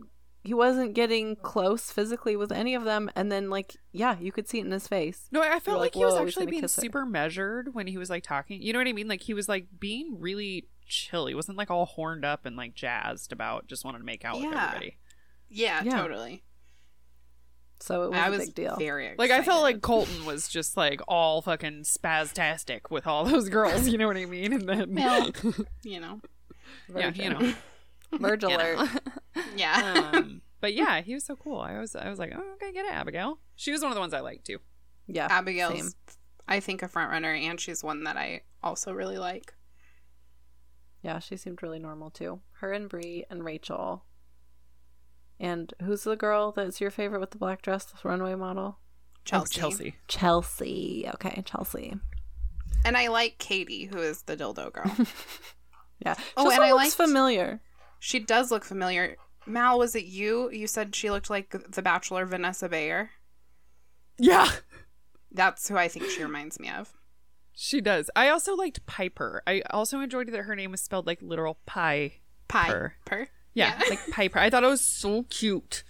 S2: he wasn't getting close physically with any of them." And then like, yeah, you could see it in his face.
S3: No, I felt
S2: like,
S3: like, he was
S2: "Whoa, he's
S3: actually
S2: gonna
S3: being
S2: kiss her."
S3: super measured when he was like talking. You know what I mean? Like he was like being really chill. He wasn't like all horned up and like jazzed about just wanted to make out with
S4: Yeah.
S3: everybody.
S4: Yeah,
S2: Yeah.
S4: totally.
S2: So it was
S4: I
S2: a
S4: was
S2: big deal.
S4: very excited.
S3: Like I felt like Colton was just like all fucking spastastic with all those girls, you know what I mean? And then
S4: Well, you know.
S3: yeah, you know.
S2: merge
S3: you
S2: alert.
S3: know.
S2: Uh,
S4: Yeah.
S3: um, but yeah, he was so cool. I was I was like, Oh, okay, get it, Abigail. She was one of the ones I liked too.
S2: Yeah,
S4: Abigail's,
S2: same.
S4: I think, a front runner, and she's one that I also really like.
S2: Yeah, she seemed really normal too. Her and Bree and Rachel. And who's the girl that's your favorite with the black dress, the runway model?
S3: Oh,
S4: Chelsea.
S3: Chelsea.
S2: Chelsea. Okay, Chelsea.
S4: And I like Katie, who is the dildo girl.
S2: Yeah.
S4: Oh,
S2: She also
S4: and I
S2: looks
S4: liked-
S2: familiar.
S4: she does look familiar. Mal, was it you? You said she looked like the Bachelor Vanessa Bayer.
S3: Yeah.
S4: That's who I think she reminds me of.
S3: She does. I also liked Piper. I also enjoyed that her name was spelled like literal pie.
S4: Pie.
S3: Purr.
S4: Purr.
S3: Yeah, like Piper. I thought it was so cute.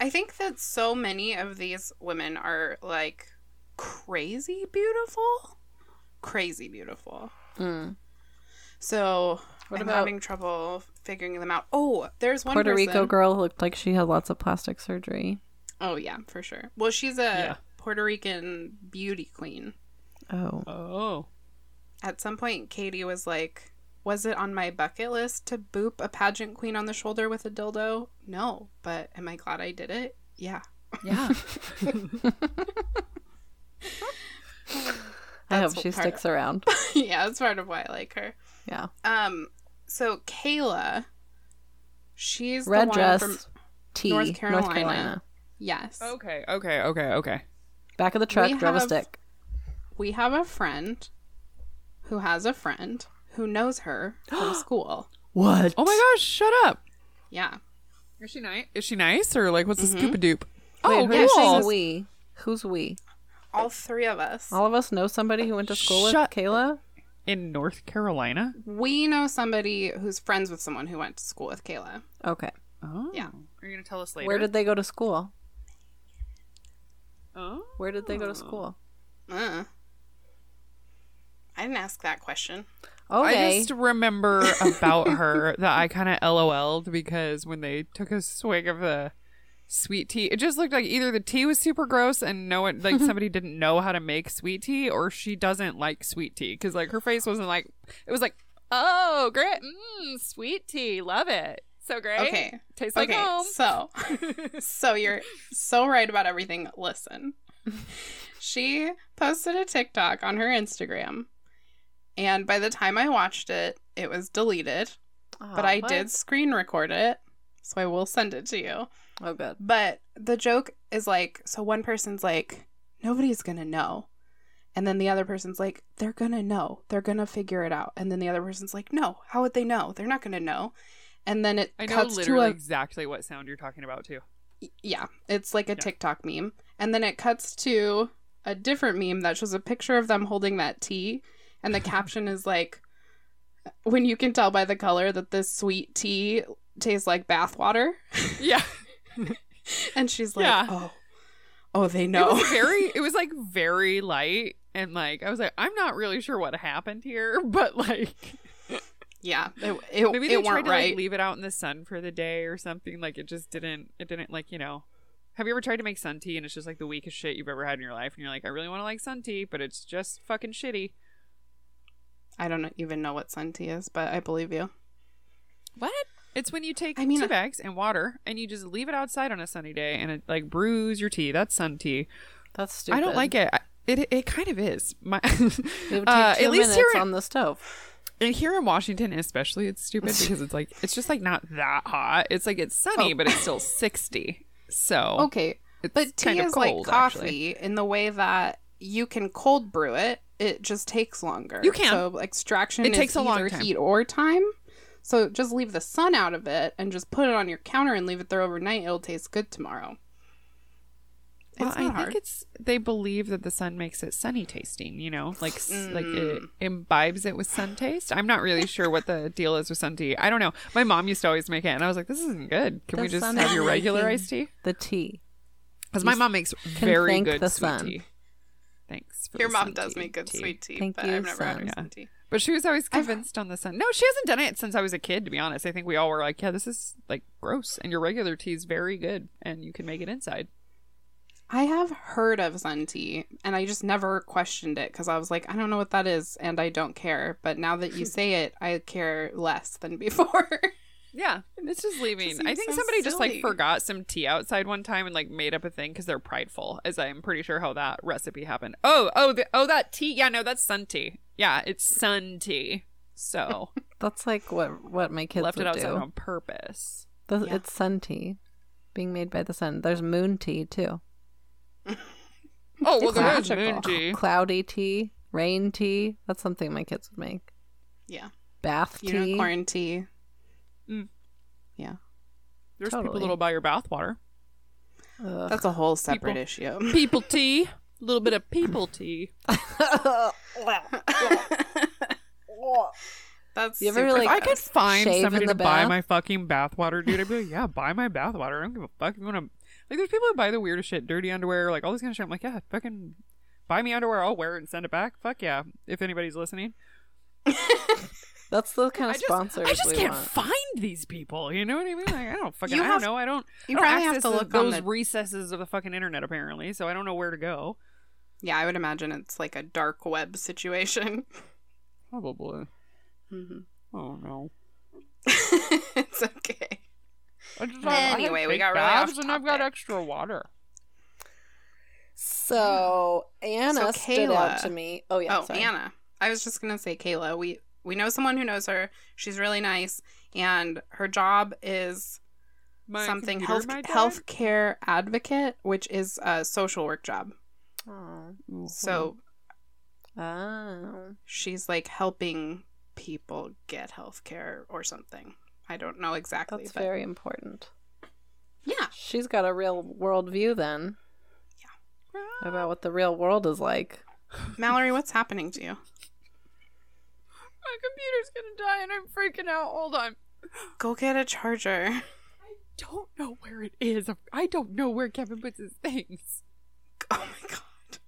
S4: I think that so many of these women are like crazy beautiful. Crazy beautiful.
S2: Mm.
S4: So
S2: What
S4: I'm
S2: about-
S4: having trouble figuring them out. Oh, there's one
S2: Puerto
S4: person-
S2: Rico girl looked like she had lots of plastic surgery.
S4: Oh yeah, for sure. Well, she's a
S3: Yeah.
S4: Puerto Rican beauty queen.
S2: Oh.
S3: Oh.
S4: At some point, Katie was like, "Was it on my bucket list to boop a pageant queen on the shoulder with a dildo? No, but am I glad I did it? Yeah."
S3: Yeah.
S2: I
S4: That's
S2: hope she
S4: part of-
S2: sticks around.
S4: yeah, that's part of why I like her.
S2: Yeah.
S4: Um, so Kayla, she's
S2: Red
S4: the one
S2: dress,
S4: from
S2: T,
S4: North
S2: North Carolina.
S4: Carolina. yes.
S3: okay, okay, okay, okay.
S2: Back of the truck,
S4: We
S2: drove a
S4: have-
S2: stick.
S4: We have a friend who has a friend who knows her from school.
S2: What?
S3: Oh my gosh, shut up.
S4: Yeah,
S3: Is she nice? Is she nice or like what's the scoop a doop?
S2: Mm-hmm.
S3: Oh,
S2: Wait, who's
S3: cool.
S2: we? Who's we?
S4: all three of us.
S2: All of us know somebody who went to school
S3: Shut-
S2: with Kayla?
S3: In North Carolina?
S4: We know somebody who's friends with someone who went to school with Kayla.
S2: Okay.
S3: Oh.
S4: Yeah.
S3: Are you going to tell us later?
S2: Where did they go to school?
S3: Oh.
S2: Where did they go to school?
S4: Uh, I didn't ask that question.
S3: I
S2: Okay.
S3: just remember about her that I kind of LOL'd because when they took a swig of the sweet tea, it just looked like either the tea was super gross and no one, like somebody didn't know how to make sweet tea, or she doesn't like sweet tea because like her face wasn't like it was like oh great mm, sweet tea, love it, so great,
S4: Okay.
S3: tastes like
S4: Okay,
S3: home.
S4: so so you're so right about everything. Listen. She posted a TikTok on her Instagram. And by the time I watched it, it was deleted,
S2: Aw,
S4: but I
S2: Oh, what?
S4: did screen record it. So I will send it to you.
S2: Oh, good.
S4: But the joke is like so one person's like, nobody's going to know. And then the other person's like, they're going to know. They're going to figure it out. And then the other person's like, no, how would they know? They're not going to know. And then it
S3: I know
S4: cuts to
S3: literally
S4: a
S3: exactly what sound you're talking about too.
S4: yeah, it's like a
S3: Yeah.
S4: TikTok meme. And then it cuts to a different meme that shows a picture of them holding that tea. And the caption is like, when you can tell by the color that this sweet tea tastes like bathwater.
S3: Yeah.
S4: And she's like,
S3: Yeah.
S4: oh, oh, they
S3: It
S4: know.
S3: was very it was like very light and like I was like, I'm not really sure what happened here, but like
S4: yeah, it, it,
S3: maybe they
S4: it
S3: tried
S4: weren't
S3: to
S4: right.
S3: like leave it out in the sun for the day or something. Like it just didn't it didn't like, you know. Have you ever tried to make sun tea and it's just like the weakest shit you've ever had in your life and you're like, I really want to like sun tea, but it's just fucking shitty.
S4: I don't even know what sun tea is, but I believe you.
S3: What? It's when you take
S4: I mean,
S3: tea
S4: I-
S3: bags and water and you just leave it outside on a sunny day and it like brews your tea. That's sun tea.
S2: That's stupid.
S3: I don't like it. I, it it kind of is. My
S2: It would take
S3: uh,
S2: two
S3: at least
S2: minutes
S3: here in-
S2: on the stove.
S3: And here in Washington, especially, it's stupid because it's like it's just like not that hot. It's like it's sunny,
S4: Oh.
S3: but it's still sixty. So
S4: Okay,
S3: it's
S4: But tea
S3: kind of
S4: is
S3: cold,
S4: like
S3: actually.
S4: coffee in the way that you can cold brew it. It just takes longer.
S3: You can.
S4: So extraction
S3: It
S4: is
S3: takes a long
S4: either
S3: time.
S4: heat or time. So just leave the sun out of it and just put it on your counter and leave it there overnight. It'll taste good tomorrow.
S3: Well,
S4: it's
S3: I
S4: not
S3: think
S4: hard.
S3: it's they believe that the sun makes it sunny tasting. You know, like s like it
S4: Mm.
S3: imbibes it with sun taste. I'm not really sure what the deal is with sun tea. I don't know. My mom used to always make it, and I was like, "This isn't good. Can we
S2: The
S3: just
S2: sun
S3: have
S2: is
S3: your regular
S2: making
S3: iced tea?"
S2: The tea.
S3: Because my mom makes very
S2: thank
S3: good
S2: the
S3: sweet
S2: sun.
S3: tea. Thanks. For
S4: Your
S3: the
S4: mom
S3: sun
S4: does
S3: tea-
S4: make good
S3: tea.
S4: sweet tea,
S2: Thank
S4: but
S2: you,
S4: I've never had her
S2: son.
S4: sun tea.
S3: But she was always convinced on the sun. No, she hasn't done it since I was a kid, to be honest. I think we all were like, yeah, this is like gross. And your regular tea is very good and you can make it inside.
S4: I have heard of sun tea and I just never questioned it because I was like, I don't know what that is and I don't care. But now that you say it, I care less than before.
S3: Yeah. And it's just leaving.
S4: seems
S3: I think
S4: so
S3: somebody just like
S4: silly.
S3: forgot some tea outside one time and like made up a thing because they're prideful, as I'm pretty sure how that recipe happened. Oh, oh, the, oh, that tea. Yeah, no, that's sun tea. Yeah, it's sun tea. So
S2: That's like what what my kids
S3: left
S2: would
S3: it outside
S2: do.
S3: on purpose.
S2: The-
S4: Yeah.
S2: It's sun tea, being made by the sun. There's moon tea too.
S3: Oh, well, there is
S4: Magical.
S3: moon tea.
S2: Cloudy tea, Rain tea. That's something my kids would make.
S4: Yeah.
S2: Bath tea.
S4: Unicorn tea.
S3: There's people
S2: Totally.
S3: that'll buy your bathwater.
S2: Ugh.
S4: That's a whole separate
S3: People.
S4: issue.
S3: People tea. A little bit of people tea.
S4: That's
S2: You ever,
S4: super
S2: like,
S3: I could
S4: gross.
S3: find
S2: shave
S3: somebody
S2: in
S3: to
S2: the
S3: buy
S2: bath?
S3: my fucking bathwater, dude. I'd be like, yeah, buy my bathwater. I don't give a fuck if you want to. Like, there's people who buy the weirdest shit, dirty underwear, like all this kind of shit. I'm like, yeah, fucking buy me underwear. I'll wear it and send it back. Fuck yeah. If anybody's listening,
S2: That's the kind of sponsors
S3: I just
S2: we
S3: can't
S2: want.
S3: find these people. You know what I mean? Like, I don't fucking.
S4: You
S3: I
S4: have-
S3: don't know. I don't.
S4: You
S3: I don't
S4: probably have
S3: access
S4: to
S3: the-
S4: look on
S3: those
S4: the.
S3: recesses of the fucking internet apparently, so I don't know where to go.
S4: yeah, I would imagine it's like a dark web situation.
S3: Probably.
S4: hmm
S3: Oh no.
S4: it's okay.
S3: I just,
S4: Anyway,
S3: take
S4: we got really off
S3: baths and I've got
S4: topic.
S3: extra water.
S2: So Anna stood
S4: Kayla-
S2: out to me. Oh yeah,
S4: oh,
S2: sorry.
S4: Anna. I was just gonna say Kayla. We we know someone who knows her. She's really nice, and her job is
S3: My
S4: something
S3: computer,
S4: health
S3: my dad?
S4: healthcare advocate, which is a social work job.
S2: Oh.
S3: Ooh, hold
S4: So
S2: Oh.
S4: she's like helping people get healthcare or something. I don't know exactly,
S2: That's
S4: but
S2: very important.
S4: yeah,
S2: She's got a real world view then
S3: on.
S2: about what the real world is like.
S4: Mallory, what's happening to you?
S3: My computer's gonna die and I'm freaking out. Hold on.
S4: Go get a charger.
S3: Don't know where it is. I don't know where Kevin puts his things.
S4: Oh my god,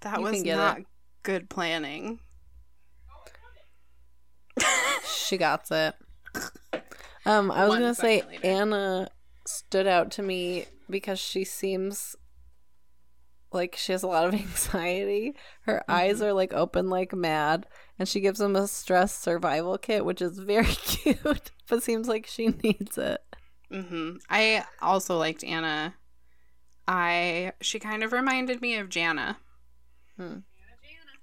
S4: that
S2: You
S4: was
S2: can get
S4: not good planning.
S2: She got it. Um, I was
S4: One
S2: gonna say
S4: second later.
S2: Anna stood out to me because she seems like she has a lot of anxiety. Her
S4: Mm-hmm.
S2: eyes are like open like mad, and she gives them a stress survival kit, which is very cute, but seems like she needs it.
S4: Mm-hmm. I also liked Anna. I she kind of reminded me of Jana
S2: Hmm.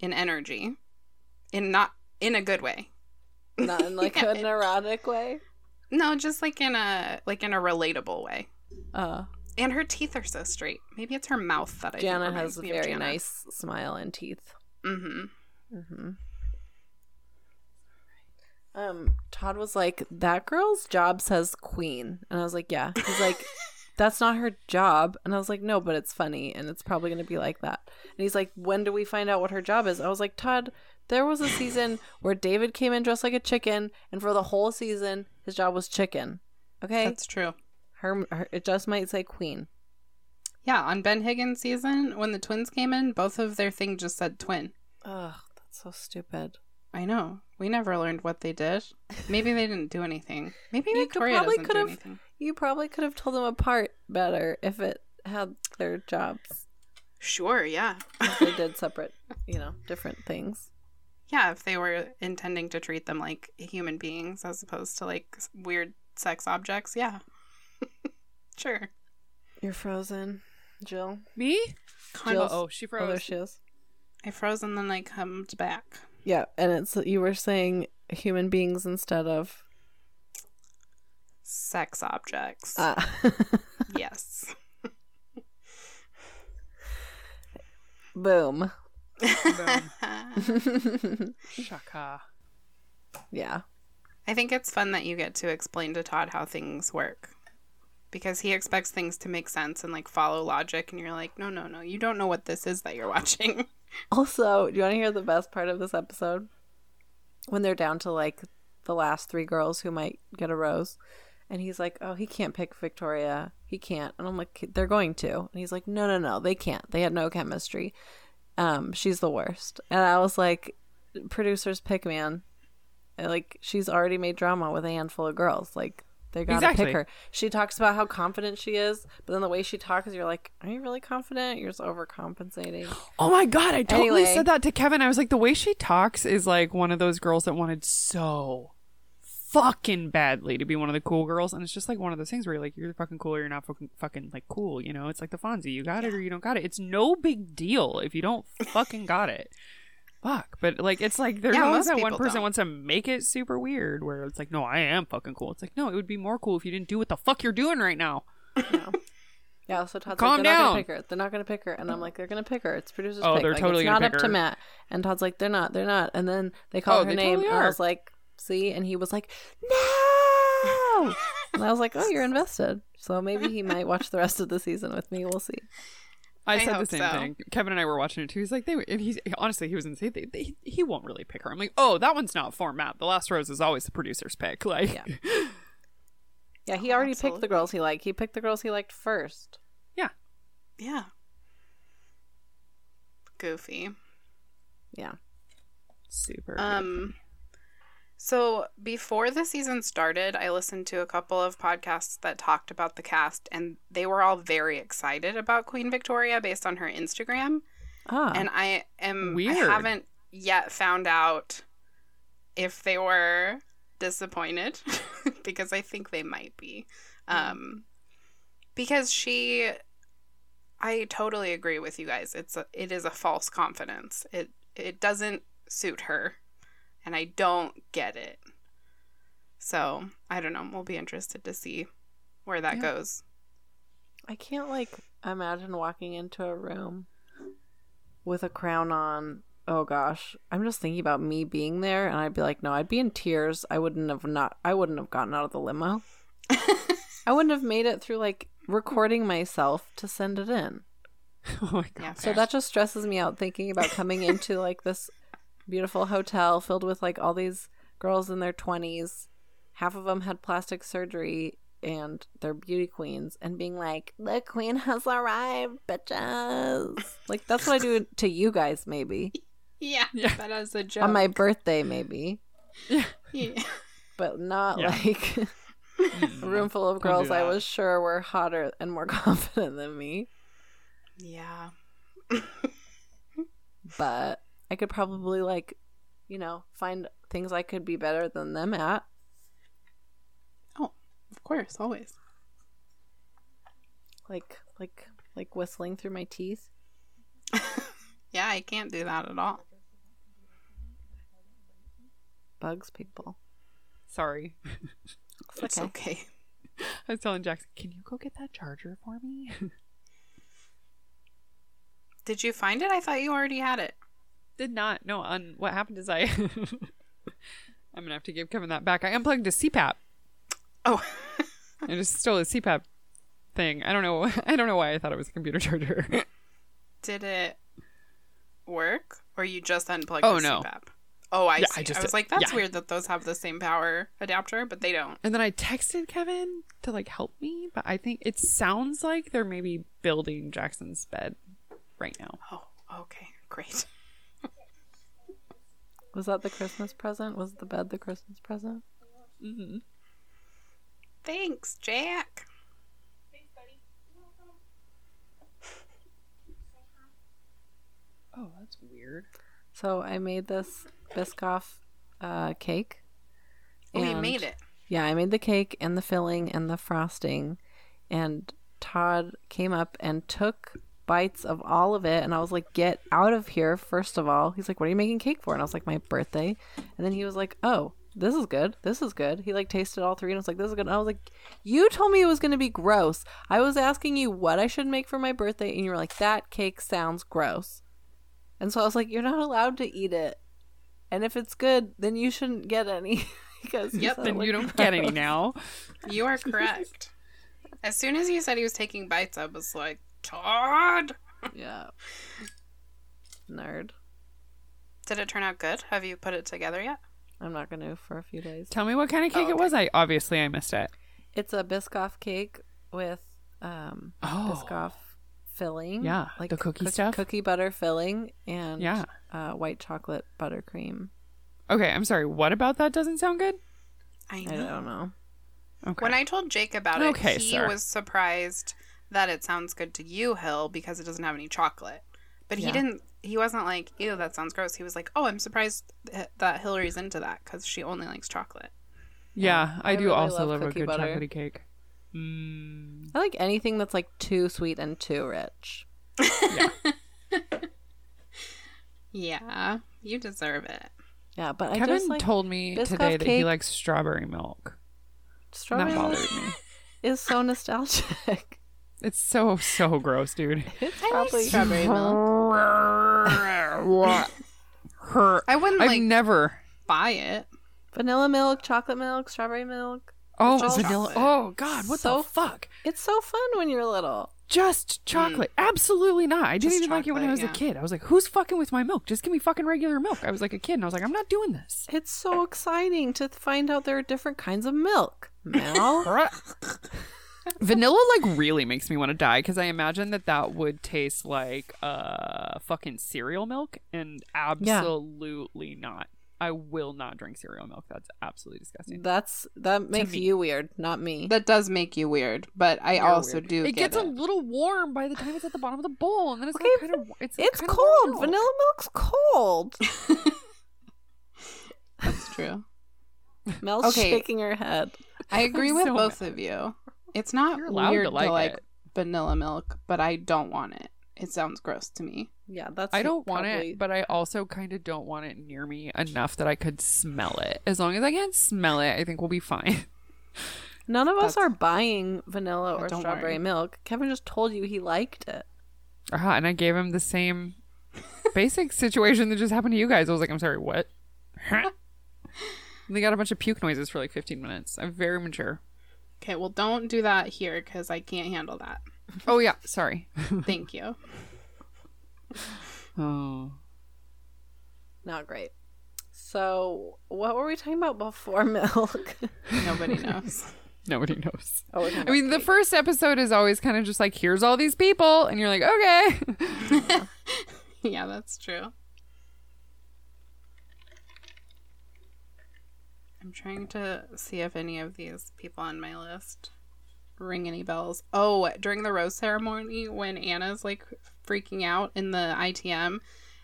S4: in energy, in not in a good way.
S2: Not in like
S4: Yeah.
S2: a neurotic way.
S4: No, just like in a like in a relatable way.
S2: Uh,
S4: And her teeth are so straight. Maybe it's her mouth that I
S2: Jana has a very nice smile and teeth.
S4: Mm-hmm.
S2: Mm-hmm. Um, Todd was like, "That girl's job says queen," and I was like, "Yeah." He's like, "That's not her job," and I was like, "No, but it's funny, and it's probably going to be like that." And he's like, "When do we find out what her job is?" I was like, "Todd, there was a season where David came in dressed like a chicken, and for the whole season, his job was chicken. Okay,
S4: That's true.
S2: her, her it just might say queen.
S4: Yeah, on Ben Higgins season, when the twins came in, both of their thing just said twin.
S2: Ugh, that's so stupid."
S4: I know. We never learned what they did. Maybe they didn't do anything. Maybe
S2: You could-
S4: Victoria
S2: probably
S4: doesn't do
S2: could've-
S4: anything.
S2: You probably could have told them apart better if it had their jobs.
S4: Sure, yeah.
S2: If they did separate, you know, different things.
S4: yeah, if they were intending to treat them like human beings as opposed to like s- weird sex objects, yeah. sure.
S2: You're frozen, Jill.
S3: Me?
S2: Jill's-
S3: Oh, she
S2: Oh, there
S3: froze.
S2: she is.
S4: I froze and then I come back.
S2: Yeah, and it's you were saying human beings instead of.
S4: Sex objects.
S2: Ah.
S4: yes.
S2: Boom.
S4: I
S3: Shaka.
S2: yeah.
S4: think it's fun that you get to explain to Todd how things work because he expects things to make sense and like follow logic and you're like, "No, no, no. You don't know what this is that you're watching."
S2: Also, do you want to hear the best part of this episode? When they're down to like the last three girls who might get a rose. And he's like, oh, he can't pick Victoria. He can't. And I'm like, they're going to. And he's like, no, no, no, they can't. They had no chemistry. Um, she's the worst. And I was like, producers pick man. And, Like she's already made drama with a handful of girls. Like they gotta
S3: Exactly.
S2: pick her. She talks about how confident she is, but then the way she talks, you're like, are you really confident? You're just overcompensating.
S3: Oh my god, I totally
S2: Anyway.
S3: said that to Kevin. I was like, the way she talks is like one of those girls that wanted so fucking badly to be one of the cool girls, and it's just like one of those things where you're like, you're either fucking cool or you're not fucking fucking like cool. You know, it's like the Fonzie, you got it or you don't got it. It's no big deal if you don't fucking got it. Fuck, but like it's like there's
S4: Yeah,
S3: always
S4: most
S3: that one
S4: people
S3: person
S4: don't.
S3: wants to make it super weird where it's like, no, I am fucking cool. It's like, no, it would be more cool if you didn't do what the fuck you're doing right now.
S2: Yeah, also Todd's
S3: Calm
S2: like, they're not
S3: down.
S2: gonna pick her. They're not gonna pick her. And I'm like, they're gonna pick her. It's producer's
S3: Oh,
S2: pick.
S3: they're
S2: like,
S3: totally
S2: it's
S3: gonna
S2: not
S3: pick
S2: up to
S3: her.
S2: Matt. And Todd's like, they're not, they're not. And then they call
S3: Oh,
S2: her
S3: they
S2: name
S3: totally
S2: and I
S3: are.
S2: was like, see? And he was like, No And I was like, Oh, you're invested. So maybe he might watch the rest of the season with me. We'll see.
S3: I,
S4: I
S3: said the
S4: hope
S3: same
S4: so.
S3: thing. Kevin and I were watching it too. He's like, they. And he's honestly, he was insane. They, they, he won't really pick her. I'm like, oh, that one's not for Matt. The Last Rose is always the producer's pick. Like, yeah,
S2: Yeah. Yeah, he already picked
S4: absolutely.
S2: the girls he liked. He picked the girls he liked first.
S4: Yeah. Goofy.
S2: Yeah.
S3: super.
S4: Um so before the season started, I listened to a couple of podcasts that talked about the cast and they were all very excited about Queen Victoria based on her Instagram.
S2: Ah.
S4: And I am I
S3: Weird.
S4: haven't yet found out if they were disappointed because I think they might be. Um because she I totally agree with you guys. It's a, it is a false confidence. It it doesn't suit her and I don't get it. So, I don't know. We'll be interested to see where that
S3: Yeah.
S4: goes.
S2: I can't like imagine walking into a room with a crown on. Oh gosh, I'm just thinking about me being there, and I'd be like, no, I'd be in tears. I wouldn't have not. I wouldn't have gotten out of the limo. I wouldn't have made it through like recording myself to send it in.
S3: oh my god.
S4: Yeah.
S2: So that just stresses me out thinking about coming into like this beautiful hotel filled with like all these girls in their 20s. Half of them had plastic surgery and they're beauty queens and being like, the queen has arrived, bitches. Like that's what I do to you guys, maybe.
S4: yeah,
S3: Yeah.
S4: that is a joke.
S2: On my birthday, maybe.
S4: Yeah.
S2: But not
S3: Yeah.
S2: like
S3: Mm-hmm.
S2: a room full of
S3: Don't do
S2: girls I
S3: that.
S2: was sure were hotter and more confident than me.
S4: yeah.
S2: but I could probably like, you know, find things I could be better than them at.
S4: Of course, always.
S2: Like like like whistling through my teeth.
S4: Yeah, I can't do that at all.
S2: Bugs people.
S3: Sorry.
S4: It's
S2: okay.
S4: okay.
S3: I was telling Jackson, can you go get that charger for me?
S4: Did you find it? I thought you already had it.
S3: Did not. No, on what happened is I. I'm going to have to give Kevin that back. I unplugged his CPAP.
S4: Oh,
S3: I just stole his CPAP thing. I don't know. I don't know why I thought it was a computer charger.
S4: did it work? Or you just unplugged
S3: Oh,
S4: the
S3: no.
S4: CPAP? Oh, I
S3: Yeah,
S4: see.
S3: I
S4: I,
S3: just
S4: was
S3: did.
S4: like, that's
S3: Yeah.
S4: weird that those have the same power adapter, but they don't.
S3: And then I texted Kevin to like help me, but I think it sounds like they're maybe building Jackson's bed right now.
S4: Oh, okay. Great.
S2: Was that the Christmas present? Was the bed the Christmas present?
S3: Mm-hmm.
S4: Thanks, Jack.
S3: Oh, that's weird.
S2: So I made this Biscoff uh, cake.
S4: Oh, you
S2: and-
S4: made it.
S2: Yeah, I made the cake and the filling and the frosting, and Todd came up and took bites of all of it. And I was like, "Get out of here!" First of all, he's like, "What are you making cake for?" And I was like, "My birthday." And then he was like, "Oh, this is good. This is good." He like tasted all three and was like, "This is good." And I was like, "You told me it was going to be gross. I was asking you what I should make for my birthday, and you were like, "That cake sounds gross." And so I was like, "You're not allowed to eat it." And if it's good, then you shouldn't get any because you
S4: Yep,
S2: said it
S3: Then
S2: looked
S3: you don't get any
S2: gross.
S3: now.
S4: You are correct. as soon as you said he was taking bites, I was like, Todd.
S2: yeah. Nerd.
S4: Did it turn out good? Have you put it together yet?
S2: I'm not gonna for a few days.
S3: Tell me what kind of cake
S4: Oh,
S3: it was. I obviously I missed it.
S2: It's a Biscoff cake with um
S3: Oh.
S2: Biscoff filling.
S3: Yeah, the cookie stuff.
S2: Cookie butter filling and
S3: Yeah.
S2: uh, white chocolate buttercream.
S3: Okay, I'm sorry. What about that doesn't sound good?
S4: I
S2: I don't know.
S3: Okay.
S4: When I told Jake about it,
S3: Okay,
S4: he
S3: sir.
S4: was surprised that it sounds good to you, Hill, because it doesn't have any chocolate. But he
S2: Yeah.
S4: didn't. He wasn't like, "Ew, that sounds gross." He was like, "Oh, I'm surprised th- that Hillary's into that because she only likes chocolate."
S3: yeah, I,
S2: I
S3: do
S2: really
S3: also
S2: love
S3: love, a
S2: cookie
S3: good
S2: butter.
S3: chocolatey cake. Mm,
S2: I like anything that's like too sweet and too rich.
S4: Yeah, you deserve it.
S2: Yeah, but I
S3: Kevin
S2: just like
S3: told me
S2: Biscoff
S3: today that he
S2: cake- Oh,
S3: likes strawberry milk. And
S2: strawberry
S3: that
S2: milk
S3: bothered me.
S2: is so nostalgic.
S3: It's so so gross, dude.
S2: It's
S4: I like
S2: probably
S4: strawberry milk.
S3: Her.
S4: I wouldn't
S3: I've
S4: like
S3: never.
S4: buy it.
S2: vanilla milk, chocolate milk, strawberry milk.
S3: Oh,
S4: just
S3: vanilla.
S4: chocolate.
S3: Oh God, what
S2: So
S3: the fuck?
S2: It's so fun when you're little.
S3: Just chocolate. Absolutely not. I didn't
S4: Just
S3: even like it when I was
S4: chocolate,
S3: a
S4: yeah.
S3: kid. I was like, who's fucking with my milk? Just give me fucking regular milk. I was like a kid and I was like, I'm not doing this.
S2: It's so exciting to find out there are different kinds of milk. Mel,
S3: Vanilla like really makes me want to die because I imagine that that would taste like uh fucking cereal milk and absolutely not. I will not drink cereal milk. That's absolutely disgusting.
S2: that's that makes
S3: me.
S2: you weird, not me.
S4: That does make you weird, but I
S3: You're
S4: also
S3: weird.
S4: do
S3: It
S4: get
S3: gets
S4: it.
S3: a little warm by the time it's at the bottom of the bowl, and then it's
S2: Okay,
S3: like kind of it's,
S2: it's
S3: kinda
S2: cold.
S3: warm milk.
S2: Vanilla milk's cold.
S4: That's true.
S2: Mel's
S4: Okay.
S2: shaking her head.
S4: I agree
S3: I'm
S4: with
S3: so
S4: both of you. It's not
S3: You're allowed
S4: weird
S3: to like, it.
S4: vanilla milk, but I don't want it. It sounds gross to me.
S2: Yeah, that's.
S3: I don't want
S2: probably-
S3: it, but I also kind of don't want it near me enough that I could smell it. As long as I can smell it, I think we'll be fine.
S2: None of us
S4: That's-
S2: are buying vanilla
S4: Yeah,
S2: or
S4: don't
S2: strawberry
S4: worry.
S2: milk. Kevin just told you he liked it.
S3: Uh-huh, and I gave him the same basic situation that just happened to you guys. I was like, I'm sorry, what? Huh? And they got a bunch of puke noises for like 15 minutes. I'm very mature.
S4: Okay, well, don't do that here because I can't handle that.
S3: Oh, yeah. Sorry.
S4: Thank you.
S3: Oh.
S2: Not great. So, what were we talking about before milk?
S4: Nobody knows.
S3: Nobody knows.
S2: oh, we're talking
S3: I mean, the
S2: about cake.
S3: first episode is always kind of just like, here's all these people. And you're like, okay.
S4: yeah, that's true. I'm trying to see if any of these people on my list ring any bells. Oh, during the rose ceremony when Anna's like freaking out in the ITM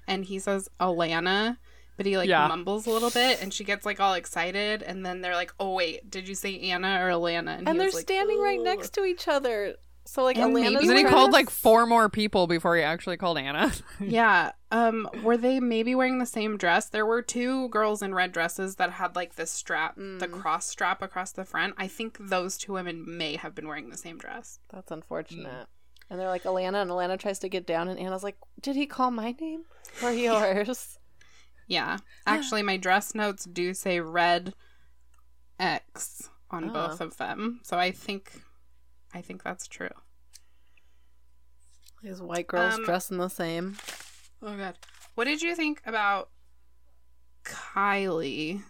S4: and he says Alana, but he like
S3: Yeah.
S4: mumbles a little bit and she gets like all excited and then they're like, "Oh wait, did you say Anna or Alana?" he
S2: and they're
S4: was like,
S2: standing right
S4: "Ugh."
S2: next to each other. So, like,
S4: And
S2: Alana's
S4: maybe
S3: And then he
S4: we're
S2: trying
S3: called
S2: to-
S3: like four more people before he actually called Anna.
S4: Yeah. Um, were they maybe wearing the same dress? There were two girls in red dresses that had like the strap, the
S2: Mm.
S4: cross strap across the front. I think those two women may have been wearing the same dress.
S2: That's unfortunate. And they're like Alana, and Alana tries to get down, and Anna's like, "Did he call my name or yours?"
S4: Yeah. Actually, my dress notes do say red X on
S2: Oh.
S4: both of them. So I think I think that's true.
S2: These white girls
S4: Um,
S2: dressing the same.
S4: Oh god. What did you think about Kylie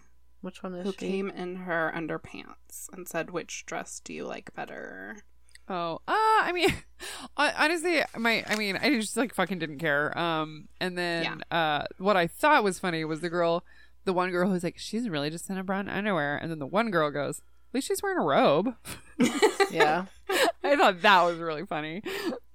S2: Which one is
S4: who
S2: she?
S4: came in her underpants and said which dress do you like better?
S3: Oh, uh, I mean, hon- honestly, my, I mean, I just like fucking didn't care. Um, and then, uh, what I thought was funny was the girl, the one girl who's like, she's really just in a brown underwear, and then the one girl goes, at least she's wearing a robe.
S2: Yeah,
S3: I thought that was really funny.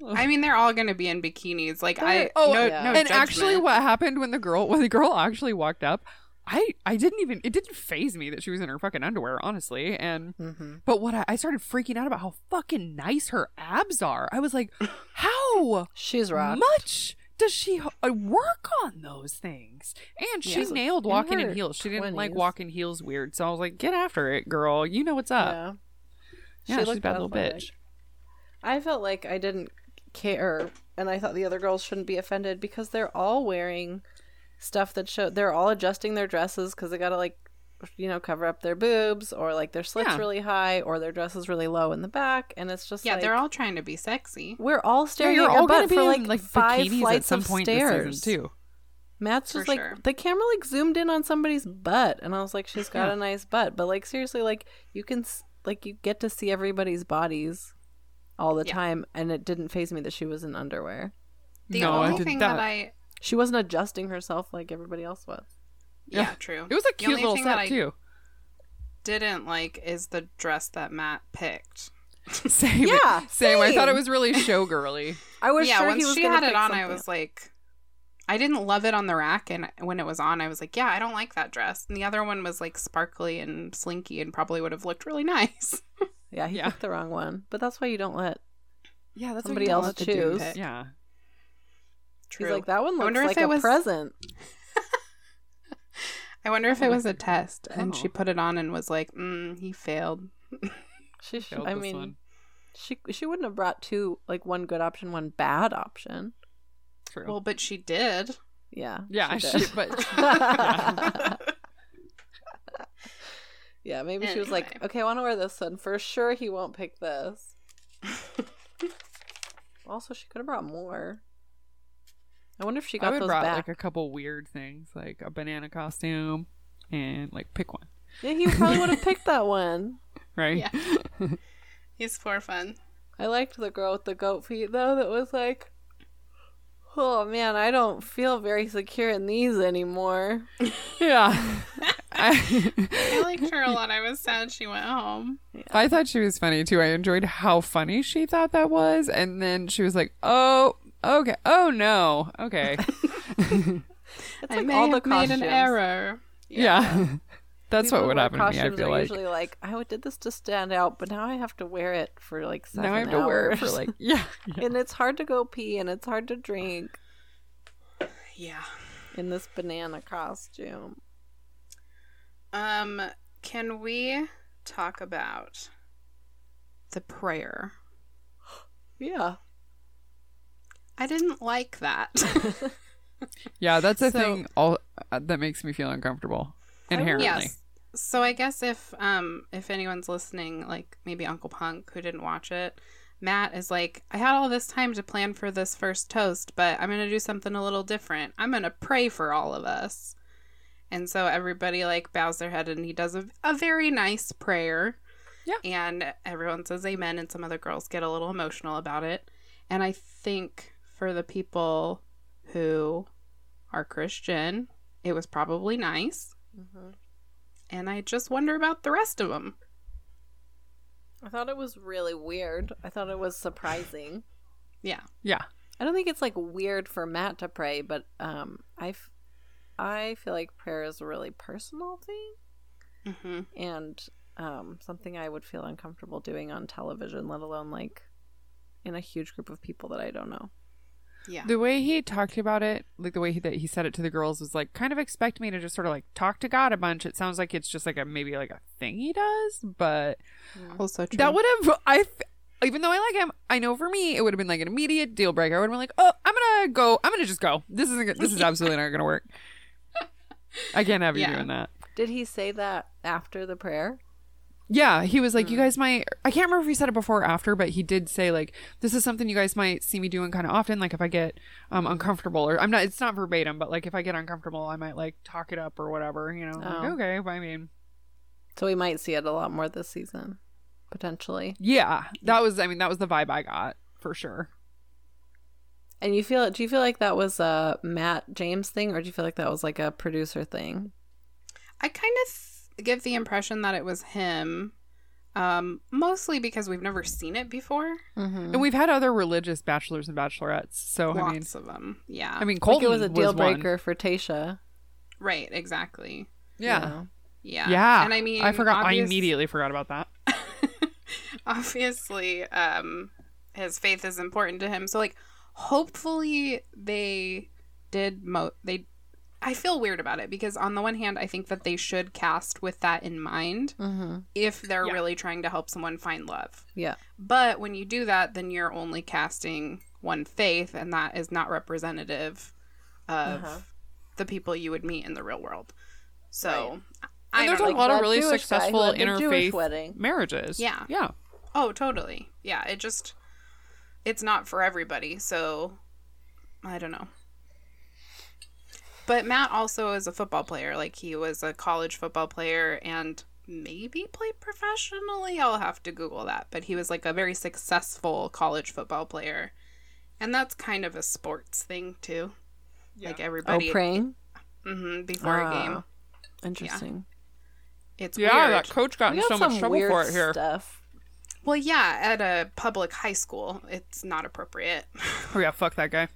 S4: I mean, they're all going to be in bikinis. Like I,
S3: They're- oh,
S4: no,
S2: yeah.
S4: no
S3: and actually,
S4: judgment.
S3: what happened when the girl, when the girl actually walked up, I, I didn't even, it didn't phase me that she was in her fucking underwear, honestly, and.
S2: mm-hmm.
S3: But what I, I started freaking out about how fucking nice her abs are. I was like, how?
S2: she's rock.
S3: much does she h- uh, work on those things? And she
S4: Yeah.
S3: nailed
S2: In
S3: walking in
S2: her
S3: heels. She didn't like
S2: 20s.
S3: walking heels weird. So I was like, get after it, girl. You know what's up.
S2: yeah,
S3: Yeah, she's a
S2: looked
S3: bad little
S2: athletic.
S3: bitch.
S2: I felt like I didn't care, and I thought the other girls shouldn't be offended because they're all wearing stuff that show. They're all adjusting their dresses because they gotta like, you know, cover up their boobs or like their slits
S3: Yeah.
S2: really high or their dress is really low in the back, and it's just
S4: yeah,
S2: like,
S4: they're all trying to be sexy.
S2: We're all staring
S3: you're
S2: at your
S3: all
S2: butt
S3: gonna be
S2: for
S3: in,
S2: like, five
S3: bikinis
S2: flights
S3: at some
S2: of
S3: point this
S2: stairs
S3: season, too.
S2: Matt's
S4: For
S2: just like
S4: sure.
S2: the camera like zoomed in on somebody's butt, and I was like, she's got a nice butt, but like seriously, like you can s- like you get to see everybody's bodies all the
S4: Yeah.
S2: time, and it didn't phase me that she was in underwear.
S4: The
S3: no, I
S4: only
S3: did
S4: thing
S3: that.
S4: that I
S2: She wasn't adjusting herself like everybody else was.
S4: yeah,
S3: Yeah.
S4: true.
S3: It was a
S4: The
S3: cute
S4: only
S3: little
S4: thing
S3: set
S4: that I
S3: too.
S4: Didn't like is the dress that Matt picked.
S3: Same,
S2: Yeah,
S3: same. I thought it
S2: same.
S3: was really showgirly.
S2: I was
S4: yeah,
S2: sure
S4: once
S2: he was
S4: she
S2: gonna
S4: had it
S2: pick
S4: on, I
S2: something
S4: was
S2: up.
S4: like, I didn't love it on the rack, and when it was on, I was like, yeah, I don't like that dress. And the other one was like sparkly and slinky, and probably would have looked really nice.
S2: yeah, he
S3: yeah.
S2: picked the wrong one, but that's why you don't let.
S3: yeah, that's
S2: Somebody else choose.
S4: pick.
S3: Yeah.
S4: True.
S2: He's like that one
S4: I
S2: looks
S4: wonder if
S2: like
S4: it
S2: a
S4: was-
S2: present.
S4: I wonder if it was a test, and
S3: Oh.
S4: she put it on and was like, mm, he failed.
S2: She should.
S3: Failed
S2: I
S3: this
S2: mean,
S3: one.
S2: She she wouldn't have brought two like one good option, one bad option.
S3: True.
S4: Well, but she did.
S2: Yeah.
S3: yeah,
S2: she did.
S3: she- but
S2: yeah. maybe she was like,
S4: Anyway.
S2: okay, I want to wear this one. For sure he won't pick this. also, she could have brought more. I wonder if she
S3: I
S2: got
S3: would
S2: those
S3: brought
S2: back.
S3: like a couple weird things, like a banana costume, and like pick one,
S2: Yeah, he probably would have picked that one.
S3: right?
S4: Yeah. He's for fun.
S2: I liked the girl with the goat feet though. That was like, oh man, I don't feel very secure in these anymore.
S3: Yeah. I,
S4: I liked her a lot. I was sad she went home.
S3: I thought she was funny too. I enjoyed how funny she thought that was, and then she was like, "Oh, okay. Oh no, okay,
S2: It's
S4: I
S2: like
S4: may
S2: all the
S4: have made an
S2: costumes.
S4: error.
S3: yeah." That's what
S2: People
S3: would
S2: who wear
S3: happen to me. I
S2: costumes
S3: feel
S2: are
S3: like
S2: usually like I did this to stand out, but now I have to wear it for like seven
S3: now I have to
S2: hours.
S3: wear it for like yeah. yeah.
S2: and it's hard to go pee, and it's hard to drink
S4: Yeah.
S2: in this banana costume.
S4: Um, can we talk about the prayer?
S2: Yeah,
S4: I didn't like that.
S2: Mm-hmm.
S3: Yeah, that's a
S4: So-
S3: thing. All uh, that makes me feel uncomfortable inherently.
S4: yes. So I guess if um if anyone's listening, like maybe Uncle Punk who didn't watch it, Matt is like, I had all this time to plan for this first toast, but I'm gonna do something a little different. I'm gonna pray for all of us. And so everybody like bows their head and he does a, a very nice prayer.
S3: Yeah.
S4: And everyone says amen and some other girls get a little emotional about it. And I think for the people who are Christian, it was probably nice and I just wonder about the rest of them.
S2: I thought it was really weird. I thought it was surprising.
S4: Yeah.
S3: Yeah.
S2: I don't think it's like weird for Matt to pray, but um, I, f- I feel like prayer is a really personal thing.
S4: Mm-hmm.
S2: and um, something I would feel uncomfortable doing on television, let alone like in a huge group of people that I don't know.
S4: Yeah.
S3: The way he talked about it, like the way he, that he said it to the girls, was like kind of expect me to just sort of like talk to God a bunch. It sounds like it's just like a maybe like a thing he does, but
S4: Also true.
S3: that would have I. f- Even though I like him, I know for me it would have been like an immediate deal breaker. I would have been like, "Oh, I'm gonna go. I'm gonna just go. This isn't. go- This is absolutely not gonna work. I can't have you
S4: Yeah.
S3: doing that."
S2: Did he say that after the prayer?
S3: Yeah, he was
S4: Mm.
S3: like, "You guys might." I can't remember if he said it before or after, but he did say like, "This is something you guys might see me doing kind of often. Like if I get um, uncomfortable, or I'm not. It's not verbatim, but like if I get uncomfortable, I might like talk it up or whatever. You know? Like,
S2: Oh.
S3: okay, I mean,
S2: So we might see it a lot more this season, potentially.
S3: yeah, that was. I mean, that was the vibe I got for sure.
S2: And you feel? Do you feel like that was a Matt James thing, or do you feel like that was like a producer thing?
S4: I kind of give the impression that it was him, um, mostly because we've never seen it before.
S2: Mm-hmm.
S3: And we've had other religious bachelors and bachelorettes, so Oh, I mean,
S4: Lots of them. Yeah.
S3: I mean,
S2: Like
S3: Colton
S2: it was a deal
S3: one.
S2: breaker for Tasha.
S4: right. Exactly.
S2: you
S3: Yeah.
S2: know?
S4: Yeah.
S3: yeah,
S4: And I mean,
S3: I forgot. I
S4: obvious-
S3: immediately forgot about that.
S4: obviously, um, his faith is important to him. So, like, hopefully they did mo. They. I feel weird about it because on the one hand, I think that they should cast with that in mind
S2: Mm-hmm.
S4: if they're
S3: Yeah.
S4: really trying to help someone find love.
S2: Yeah.
S4: But when you do that, then you're only casting one faith, and that is not representative of
S2: Uh-huh.
S4: the people you would meet in the real world. So, I
S3: And there's
S4: don't
S3: a
S4: know.
S3: lot of
S2: that
S3: really
S2: Jewish guy who
S3: successful
S2: had the Jewish
S3: interfaith
S2: wedding.
S3: marriages.
S4: Yeah.
S3: yeah.
S4: oh, totally. Yeah, it just it's not for everybody. So, I don't know. But Matt also is a football player. Like he was a college football player and maybe played professionally. I'll have to Google that. But he was like a very successful college football player. And that's kind of a sports thing too. Like
S2: Oh,
S4: everybody
S2: praying.
S4: hmm before
S2: Ah,
S4: a game.
S2: Interesting.
S4: It's
S3: Yeah,
S4: weird.
S3: that coach got
S2: We
S3: in
S2: got
S3: so
S2: some
S3: much trouble
S2: weird
S3: for it here.
S2: stuff.
S4: well, yeah, at a public high school, it's not appropriate.
S3: Oh yeah, fuck that guy.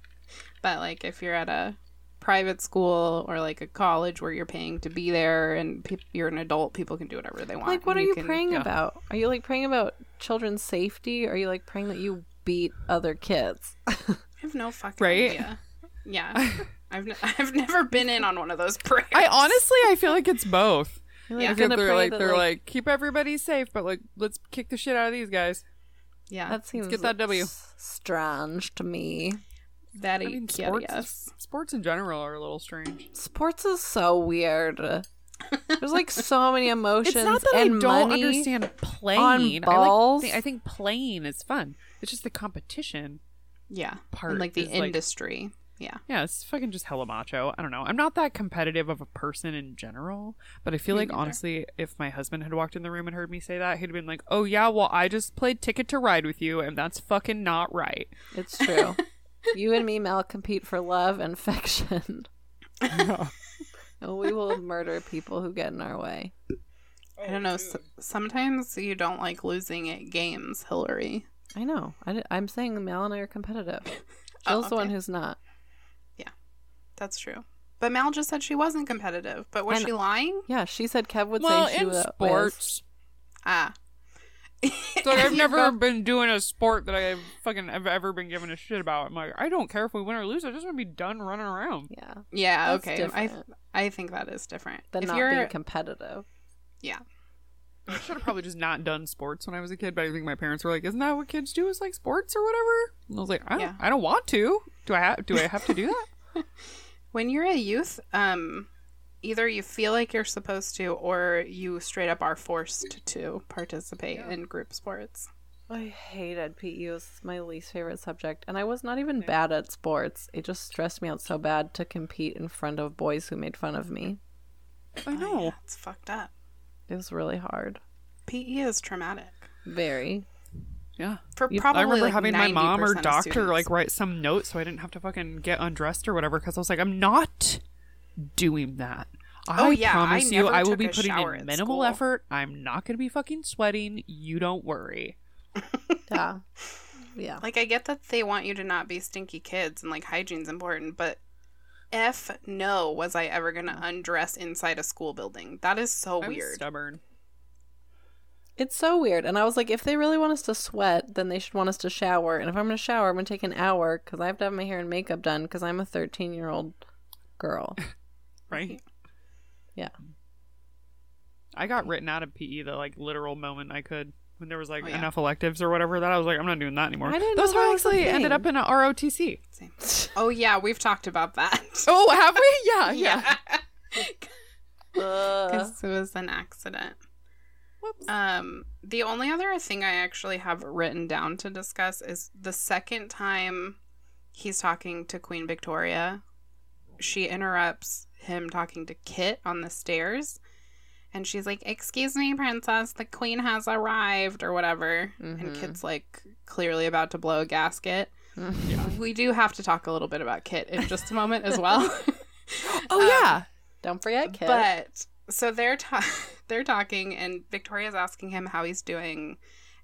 S4: But like if you're at a private school or like a college where you're paying to be there and peop you're an adult, people can do whatever they want.
S2: Like, what
S4: and
S2: are you
S4: can-
S2: praying
S3: yeah.
S2: about? Are you like praying about children's safety? Are you like praying that you beat other kids?
S4: I have no fucking
S3: Right?
S4: idea. Yeah. I've, n- I've never been in on one of those prayers.
S3: I honestly, I feel like it's both.
S2: You're
S4: Yeah.
S2: like,
S3: Because
S2: gonna
S3: they're
S2: pray
S3: like
S2: that,
S3: they're like, keep everybody safe, but like let's kick the shit out of these guys.
S4: Yeah.
S2: That seems
S3: get that W.
S2: s- strange to me.
S4: That
S3: I mean, sports, sports in general are a little strange.
S2: Sports is so weird. There's like so many emotions
S3: It's not that I
S2: and
S3: don't
S2: money.
S3: understand playing.
S2: balls.
S3: I, like, thi- I think playing is fun. It's just the competition
S4: Yeah.
S3: part.
S4: and like the
S3: is, like-
S4: industry. Yeah.
S3: yeah, it's fucking just hella macho. I don't know. I'm not that competitive of a person in general, but I feel
S4: Me
S3: like
S4: neither.
S3: honestly, if my husband had walked in the room and heard me say that, he'd been like, "Oh yeah, well I just played Ticket to Ride with you, and that's fucking not right."
S2: It's true. you and me, Mel, compete for love and affection. and we will murder people who get in our way.
S4: I don't know. S- sometimes you don't like losing at games, Hillary.
S2: I know. I, am saying Mel and I are competitive. Jill's
S3: Oh,
S2: the one
S4: okay.
S2: who's not.
S4: That's true. But Mal just said she wasn't competitive. But was
S2: And-
S4: she lying?
S2: Yeah, she said Kev would
S3: well,
S2: say she
S3: in
S2: was.
S3: sports,
S4: Ah.
S3: it's like I've never been doing a sport that I fucking have ever been given a shit about. I'm like, I don't care if we win or lose. I just want to be done running around.
S2: Yeah.
S4: Yeah.
S2: That's
S4: okay.
S2: different
S4: I I think that is different.
S2: than
S4: if
S2: not
S4: you're
S2: being competitive.
S4: yeah.
S3: I should have probably just not done sports when I was a kid, but I think my parents were like, "Isn't that what kids do? Is like sports or whatever?" And I was like, "I don't,
S4: Yeah.
S3: I don't want to. Do I have? Do I have to do that?"
S4: When you're a youth, um, either you feel like you're supposed to, or you straight up are forced to participate in group sports.
S2: I hated PE. It was my least favorite subject. And I was not even bad at sports. It just stressed me out so bad to compete in front of boys who made fun of me.
S3: I
S4: Oh, yeah,
S3: know.
S4: it's fucked up.
S2: It was really hard.
S4: PE is traumatic
S2: Very.
S3: Yeah.
S4: for
S2: You- I
S4: probably.
S3: I remember
S4: like,
S3: having my mom or
S4: 90% of
S3: doctor
S4: students.
S3: like write some note so I didn't have to fucking get undressed or whatever because I was like, I'm not doing that. I
S4: Oh, yeah, I
S3: promise you,
S4: never
S3: I will
S4: took
S3: be
S4: a
S3: putting
S4: shower
S3: in
S4: at
S3: minimal
S4: school.
S3: effort. I'm not going to be fucking sweating. You don't worry.
S2: Yeah. Yeah.
S4: Like I get that they want you to not be stinky kids and like hygiene's important, but f no was I ever gonna
S3: Mm.
S4: undress inside a school building. That is so
S3: I was
S4: weird.
S3: stubborn.
S2: It's so weird. And I was like, if they really want us to sweat, then they should want us to shower. And if I'm going to shower, I'm going to take an hour because I have to have my hair and makeup done because I'm a 13 year old girl.
S3: Right?
S2: Yeah.
S3: I got written out of PE the like literal moment I could when there was like
S4: Oh, yeah.
S3: enough electives or whatever that I was like, I'm not doing that anymore.
S2: I didn't
S3: That's
S2: know
S3: how
S2: that
S3: I
S2: was a
S3: actually ended
S2: thing.
S3: up in a ROTC.
S4: Oh yeah, we've talked about that.
S3: Oh, have we? Yeah, yeah.
S2: Ugh.
S3: Uh-huh.
S4: Because it was an accident. Um, the only other thing I actually have written down to discuss is the second time he's talking to Queen Victoria, she interrupts him talking to Kit on the stairs. And she's like, Excuse me, princess, the queen has arrived, or whatever. And
S3: Mm-hmm.
S2: Mhm.
S4: Kit's like, clearly about to blow a gasket. We do have to talk a little bit about Kit in just a moment as well.
S3: Oh,
S4: Um,
S3: yeah.
S2: Don't forget, kid.
S4: But so they're ta- they're talking, and Victoria's asking him how he's doing,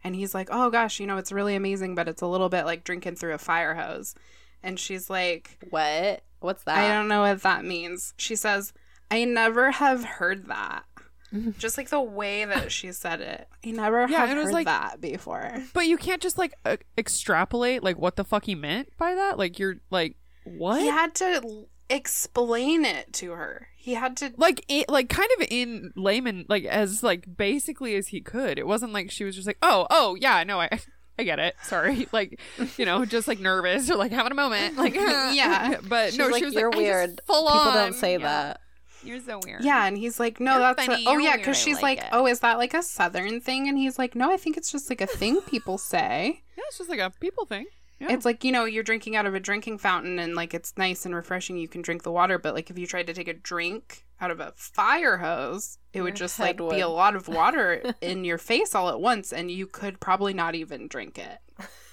S4: and he's like, "Oh gosh, you know, it's really amazing, but it's a little bit like drinking through a fire hose." And she's like,
S2: what? What's that?
S4: "I don't know what that means." She says, "I never have heard that." Just like the way that she said it, I never
S3: Yeah,
S4: have
S3: it was
S4: heard
S3: like-
S4: that before.
S3: But you can't just like e- extrapolate like what the fuck he meant by that. Like you're like what?
S4: He had to l- explain it to her. He had to
S3: Like it, like kind of in layman, like as like basically as he could. It wasn't like she was just like, oh, oh yeah, no, I, I get it. Sorry, like you know, just like nervous or like having a moment, like
S4: Yeah.
S3: But
S2: She's
S3: no,
S2: like,
S3: she was
S2: you're
S3: like, I just
S2: weird.
S3: Full
S2: People
S3: on.
S2: don't say
S3: Yeah.
S2: that.
S3: You're so weird.
S4: Yeah, and he's like, no,
S3: You're
S4: that's
S3: funny,
S4: a- oh
S3: you're
S4: yeah,
S3: weird, I
S4: because she's like,
S3: like it.
S4: oh, is that like a southern thing? And he's like, no, I think it's just like a thing people say.
S3: yeah, it's just like a people thing. Yeah.
S4: It's like you know, you're drinking out of a drinking fountain, and like it's nice and refreshing. You can drink the water, but like if you tried to take a drink out of a fire hose, it would
S2: Your
S4: just like
S2: head
S4: be a
S2: would.
S4: lot of water in your face all at once, and you could probably not even drink it.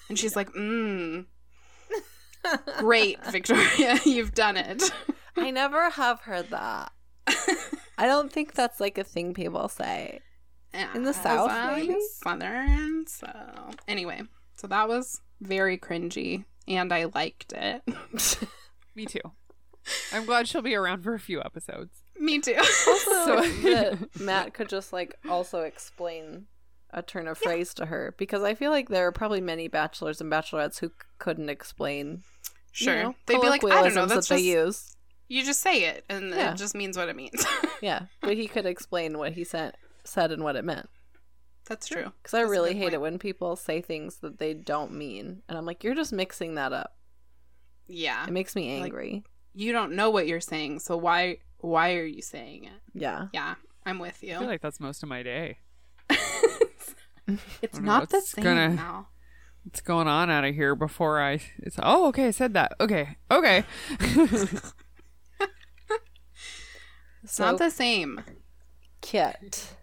S4: And she's like, mm. Great, Victoria, you've done it.
S2: I never have heard that. I don't think that's like a thing people say. In the
S4: As
S2: South,
S4: I'm
S2: maybe?
S4: uh, Southern. So anyway, so that was very cringy, and I liked it.
S3: me too. I'm glad she'll be around for a few episodes.
S4: Me too.
S2: So
S3: So-
S2: that Matt could just like also explain a turn of phrase to her because I feel like there are probably many bachelors and bachelorettes who c- couldn't explain. you
S4: sure,
S2: know,
S4: they'd be like, I don't know.
S2: colloquialisms
S4: That's
S2: that
S4: just
S2: they use.
S4: you just say it, and
S2: Yeah.
S4: it just means what it means.
S2: Yeah, but he could explain what he said said and what it meant.
S4: That's true.
S2: Because I
S4: That's a
S2: really
S4: good
S2: hate it
S4: point.
S2: when people say things that they don't mean. And I'm like, you're just mixing that up.
S4: Yeah.
S2: It makes me
S4: Like-
S2: angry.
S4: You don't know what you're saying, so why why are you saying it?
S2: yeah.
S4: Yeah, I'm with you.
S2: Oh.
S3: I feel like that's most of my day.
S4: it's
S3: don't know,
S4: not the
S3: it's
S4: same
S3: gonna-
S4: now.
S3: What's going on out of here before I? It's oh okay. I said that. Okay. Okay.
S4: It's
S2: So
S4: not the same.
S2: KIT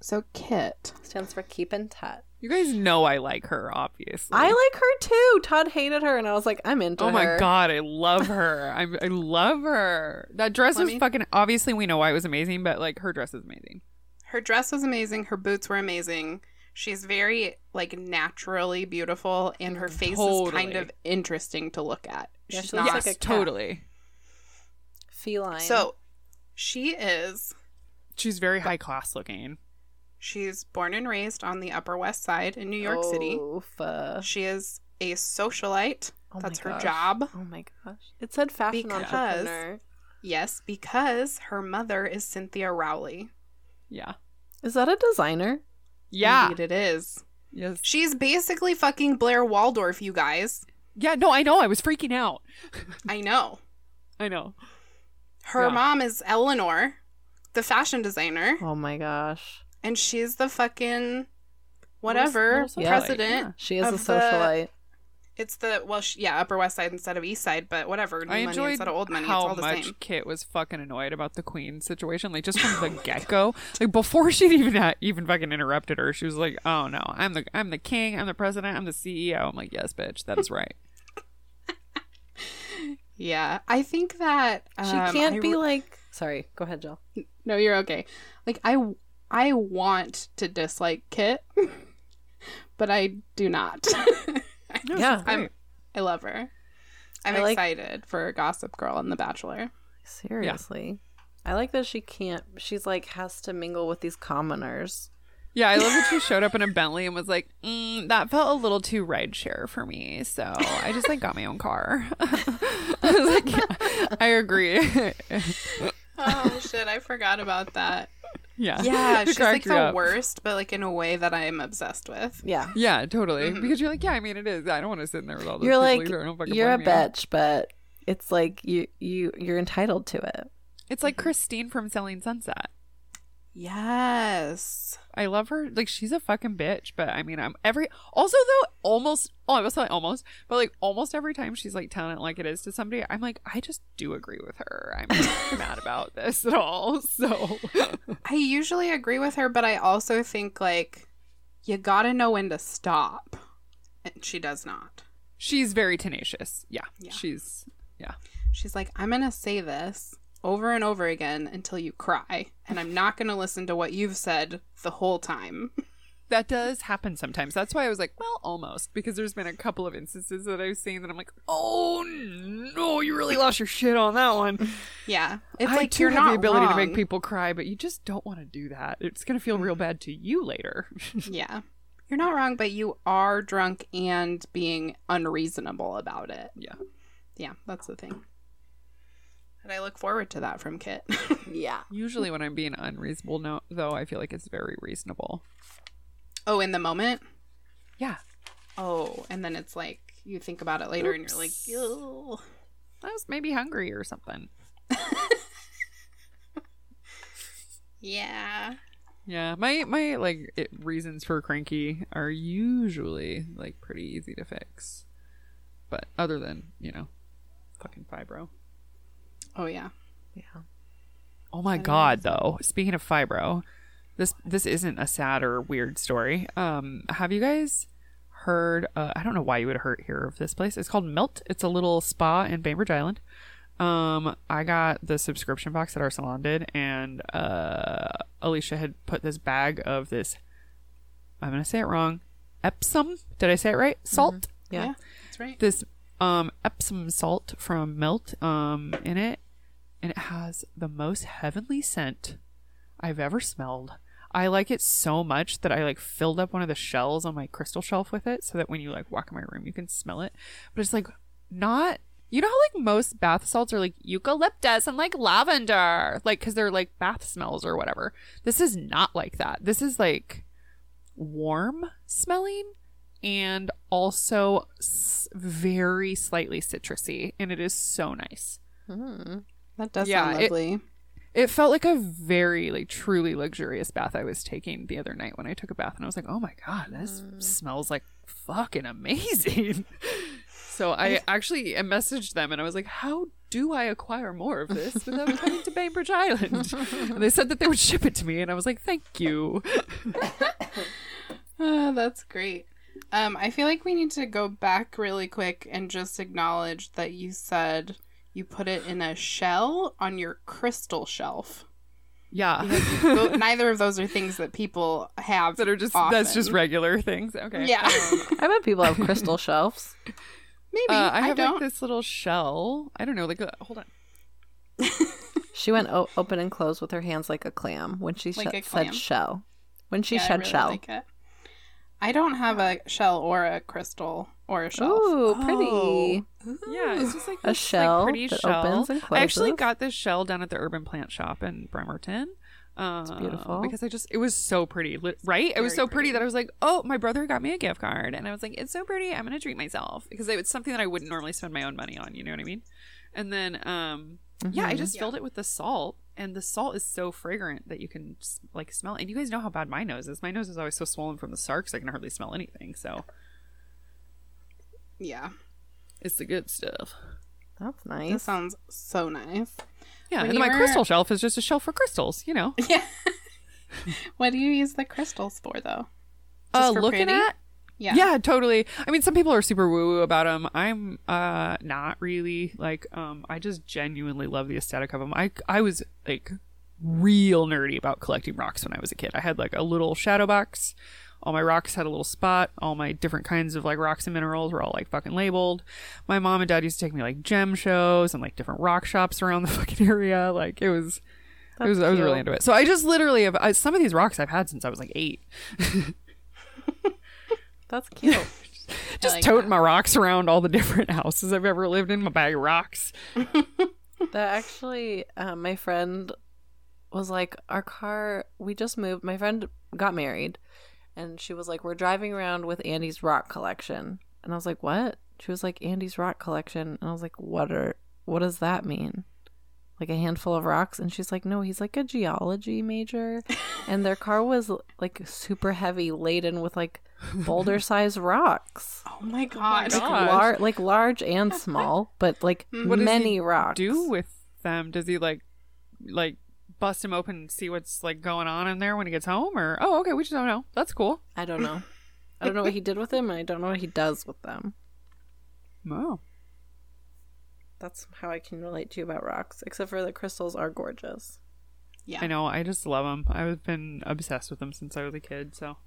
S4: So Kit.
S2: stands for keep in touch.
S3: you guys know I like her, obviously.
S2: I like her too. Todd hated her, and I was like, I'm into
S3: Oh my
S2: her.
S3: god, I love her. I I love her. That dress
S4: Let
S3: was
S4: me-
S3: fucking obviously we know why it was amazing, but like her dress is amazing.
S4: Her dress was amazing. Her boots were amazing. She's very like naturally beautiful, and her face is kind
S3: Totally.
S4: of interesting to look at.
S2: Yeah,
S4: She's
S2: she looks
S4: not.
S2: like a cat.
S3: totally.
S2: Feline.
S4: so she is.
S3: She's very high class looking.
S4: She's born and raised on the Upper West Side in New York City.
S2: Oh, fu-
S4: She is a socialite.
S2: Oh my
S4: That's her
S2: gosh.
S4: job.
S2: Oh my gosh. It said fashion
S4: Because-
S2: entrepreneur.
S4: Yes, because her mother is Cynthia Rowley.
S3: Yeah.
S2: Is that a designer?
S3: Yeah.
S4: Indeed, it is.
S3: Yes.
S4: She's basically fucking Blair Waldorf, you guys.
S3: Yeah, no, I know. I was freaking out.
S4: I know.
S3: I know.
S4: Her
S3: Yeah.
S4: mom is Eleanor, the fashion designer,
S2: Oh my gosh.
S4: and she's the fucking whatever
S3: Little-
S2: little socialite,
S4: president.
S2: She is
S4: Of
S2: a
S4: the-
S2: socialite.
S4: It's the well, sh yeah, Upper West Side instead of East Side, but whatever. New
S3: I
S4: money
S3: enjoyed
S4: instead of old money. It's
S3: how
S4: all the
S3: much
S4: same. Oh
S3: Kit was fucking annoyed about the Queen situation, like just from the get go. Like before she even had, even fucking interrupted her, she was like, "Oh no, I'm the I'm the king, I'm the president, I'm the CEO." I'm like, "Yes, bitch, that is right."
S4: Yeah, I think that um,
S2: she can't
S4: I
S2: be
S4: re-
S2: like. Sorry. Go ahead, Jill.
S4: No, you're okay. Like I, I want to dislike Kit, but I do not.
S3: No,
S2: Yeah.
S3: she's great.
S4: I'm, I love her. I'm
S2: I like-
S4: excited for Gossip Girl and The Bachelor.
S2: Seriously. I like that she can't. She's like has to mingle with these commoners.
S3: Yeah, I love that she showed up in a Bentley and was like, mm, "That felt a little too rideshare for me, so I just like got my own car." I was like, yeah, "I agree."
S4: Oh shit! I forgot about that.
S3: yeah,
S4: Yeah,
S3: It
S4: she's like
S3: cracked me
S4: the
S3: up.
S4: worst, but like in a way that I am obsessed with.
S2: Yeah.
S3: Yeah, totally.
S4: Mhm.
S3: Because you're like, yeah, I mean, it is. I don't want to sit in there with all those.
S2: You're
S3: people
S2: like,
S3: either. I don't fucking
S2: You're a
S3: blame you.
S2: bitch, but it's like you you you're entitled to it.
S3: It's like Christine from Selling Sunset.
S4: Yes.
S3: I love her. Like she's a fucking bitch, but I mean, I'm every also though almost. Oh, I was like almost, but like almost every time she's like telling it like it is to somebody, I'm like, I just do agree with her. I'm not mad about this at all. So
S4: I usually agree with her, but I also think like you gotta know when to stop. And she does not.
S3: she's very tenacious. Yeah,
S4: Yeah.
S3: she's
S4: She's like, I'm gonna say this over and over again until you cry, and I'm not gonna listen to what you've said the whole time.
S3: that does happen sometimes. That's why I was like, well, almost because there's been a couple of instances that I've seen that I'm like, oh no, you really lost your shit on that one.
S4: Yeah, it's
S3: I
S4: like
S3: too
S4: you're
S3: have
S4: not
S3: the ability to make
S4: wrong. Mm-hmm.
S3: people cry, but you just don't want to do that. It's gonna feel real bad to you later.
S4: Yeah, you're not wrong, but you are drunk and being unreasonable about it.
S3: Yeah.
S4: yeah, that's the thing. And I look forward to that from Kit.
S2: Yeah.
S3: Usually, when I'm being unreasonable, no, though, I feel like it's very reasonable.
S4: oh, in the moment.
S3: Yeah,
S4: Oh, and then it's like you think about it later, and you're like,
S3: Oops.
S4: Ew.
S3: I was maybe hungry or something.
S4: yeah.
S3: Yeah, my my like it, reasons for cranky are usually like pretty easy to fix, but other than you know, fucking fibro.
S4: Oh yeah.
S2: Yeah.
S3: Oh my god, though. Speaking of fibro, this this isn't a sad or weird story. Um, have you guys heard? Uh, I don't know why you would hear hear of this place. It's called Melt. It's a little spa in Bainbridge Island. Um, I got the subscription box that our salon did, and uh, Alicia had put this bag of this. I'm gonna say it wrong. Epsom. Did I say it right? Salt
S2: Yeah.
S4: That's right.
S3: this um Epsom salt from Melt um in it, and it has the most heavenly scent I've ever smelled. I like it so much that I like filled up one of the shells on my crystal shelf with it so that when you like walk in my room you can smell it. But it's like not You know how like most bath salts are like eucalyptus and like lavender, like because they're like bath smells or whatever. This is not like that. This is like warm smelling and also s- very slightly citrusy, and it is so nice.
S2: Hmm.
S4: That does
S3: Yeah,
S4: sound
S3: it-
S4: lovely.
S3: It felt like a very like truly luxurious bath I was taking the other night when I took a bath, and I was like, oh my god, this smells like fucking amazing. So I actually messaged them and I was like, "How do I acquire more of this without coming to Bainbridge Island?" And they said that they would ship it to me, and I was like, "Thank you."
S4: Ah, that's great. Um, I feel like we need to go back really quick and just acknowledge that you said you put it in a shell on your crystal shelf.
S3: Yeah,
S4: Tho- Neither of those are things that people have
S3: that are just that's just
S4: often.
S3: regular things. Okay. Um,
S4: Yeah,
S2: I bet people have crystal shelves.
S4: maybe
S3: Uh, I
S4: I,
S3: have like
S4: don't.
S3: this little shell. I don't know. Like, uh, hold on.
S2: She went o- open and closed with her hands like a clam when she
S4: Like
S2: sh-
S4: a clam.
S2: said shell. When she
S4: Yeah, I
S2: said
S4: really
S2: shell.
S4: like it. I don't have a shell or a crystal or a shelf.
S2: Ooh, pretty.
S3: Yeah, it's just like this,
S2: A
S3: like,
S2: shell
S3: pretty
S2: that
S3: shell.
S2: opens and
S3: I actually
S2: closes.
S3: got this shell down at the Urban Plant Shop in Bremerton. Uh,
S2: beautiful.
S3: because I just it was so pretty, Li- right? It
S4: Very
S3: was so pretty.
S4: pretty.
S3: that I was like, "Oh, my brother got me a gift card," and I was like, "It's so pretty, I'm gonna treat myself." Because it's something that I wouldn't normally spend my own money on. You know what I mean? And then, um, yeah, I
S2: Mhm.
S3: just filled it with the salt, and the salt is so fragrant that you can s- like smell. it. And you guys know how bad my nose is. My nose is always so swollen from the sarks I can hardly smell anything. So
S4: Yeah,
S3: it's the good stuff.
S2: That's
S4: this
S2: nice.
S4: sounds so nice.
S3: Yeah,
S4: When
S3: and then
S4: you
S3: my
S4: were-
S3: crystal shelf is just a shelf for crystals, you know.
S4: Yeah. what do you use the crystals for, though?
S3: Uh,
S4: Just for
S3: looking
S4: pretty?
S3: at, yeah. totally. I mean, some people are super woo woo about them. I'm uh not really like um. I just genuinely love the aesthetic of them. I I was like real nerdy about collecting rocks when I was a kid. I had like a little shadow box. All my rocks had a little spot. All my different kinds of like rocks and minerals were all like fucking labeled. My mom and dad used to take me like gem shows and like different rock shops around the fucking area. Like it was, it was I was really
S2: cute.
S3: into it. So I just literally have I, some of these rocks I've had since I was like eight.
S2: That's cute.
S3: just
S4: like
S3: toting my rocks around all the different houses I've ever lived in. My bag of rocks.
S2: That actually, uh, my friend was like, our car, we just moved. My friend got married, and she was like, we're driving around with Andy's rock collection. And I was like, what? She was like, Andy's rock collection. And I was like, what are, what does that mean? Like a handful of rocks? And she's like, no, he's like a geology major. And their car was like super heavy, laden with like boulder sized rocks.
S4: Oh my god.
S3: God. Gosh.
S2: Lar- like large and small, but like
S4: What
S3: does he
S2: many rocks.
S3: Do with them? Does he like, like, bust them open and see what's like going on in there when he gets home? Or oh, okay, we just don't know. That's cool.
S2: I don't know. I don't know what he did with them, and I don't know what he does with them.
S3: Oh,
S2: That's how I can relate to you about rocks, except for the crystals are gorgeous.
S4: Yeah.
S3: I know. I just love them. I've been obsessed with them since I was a kid. So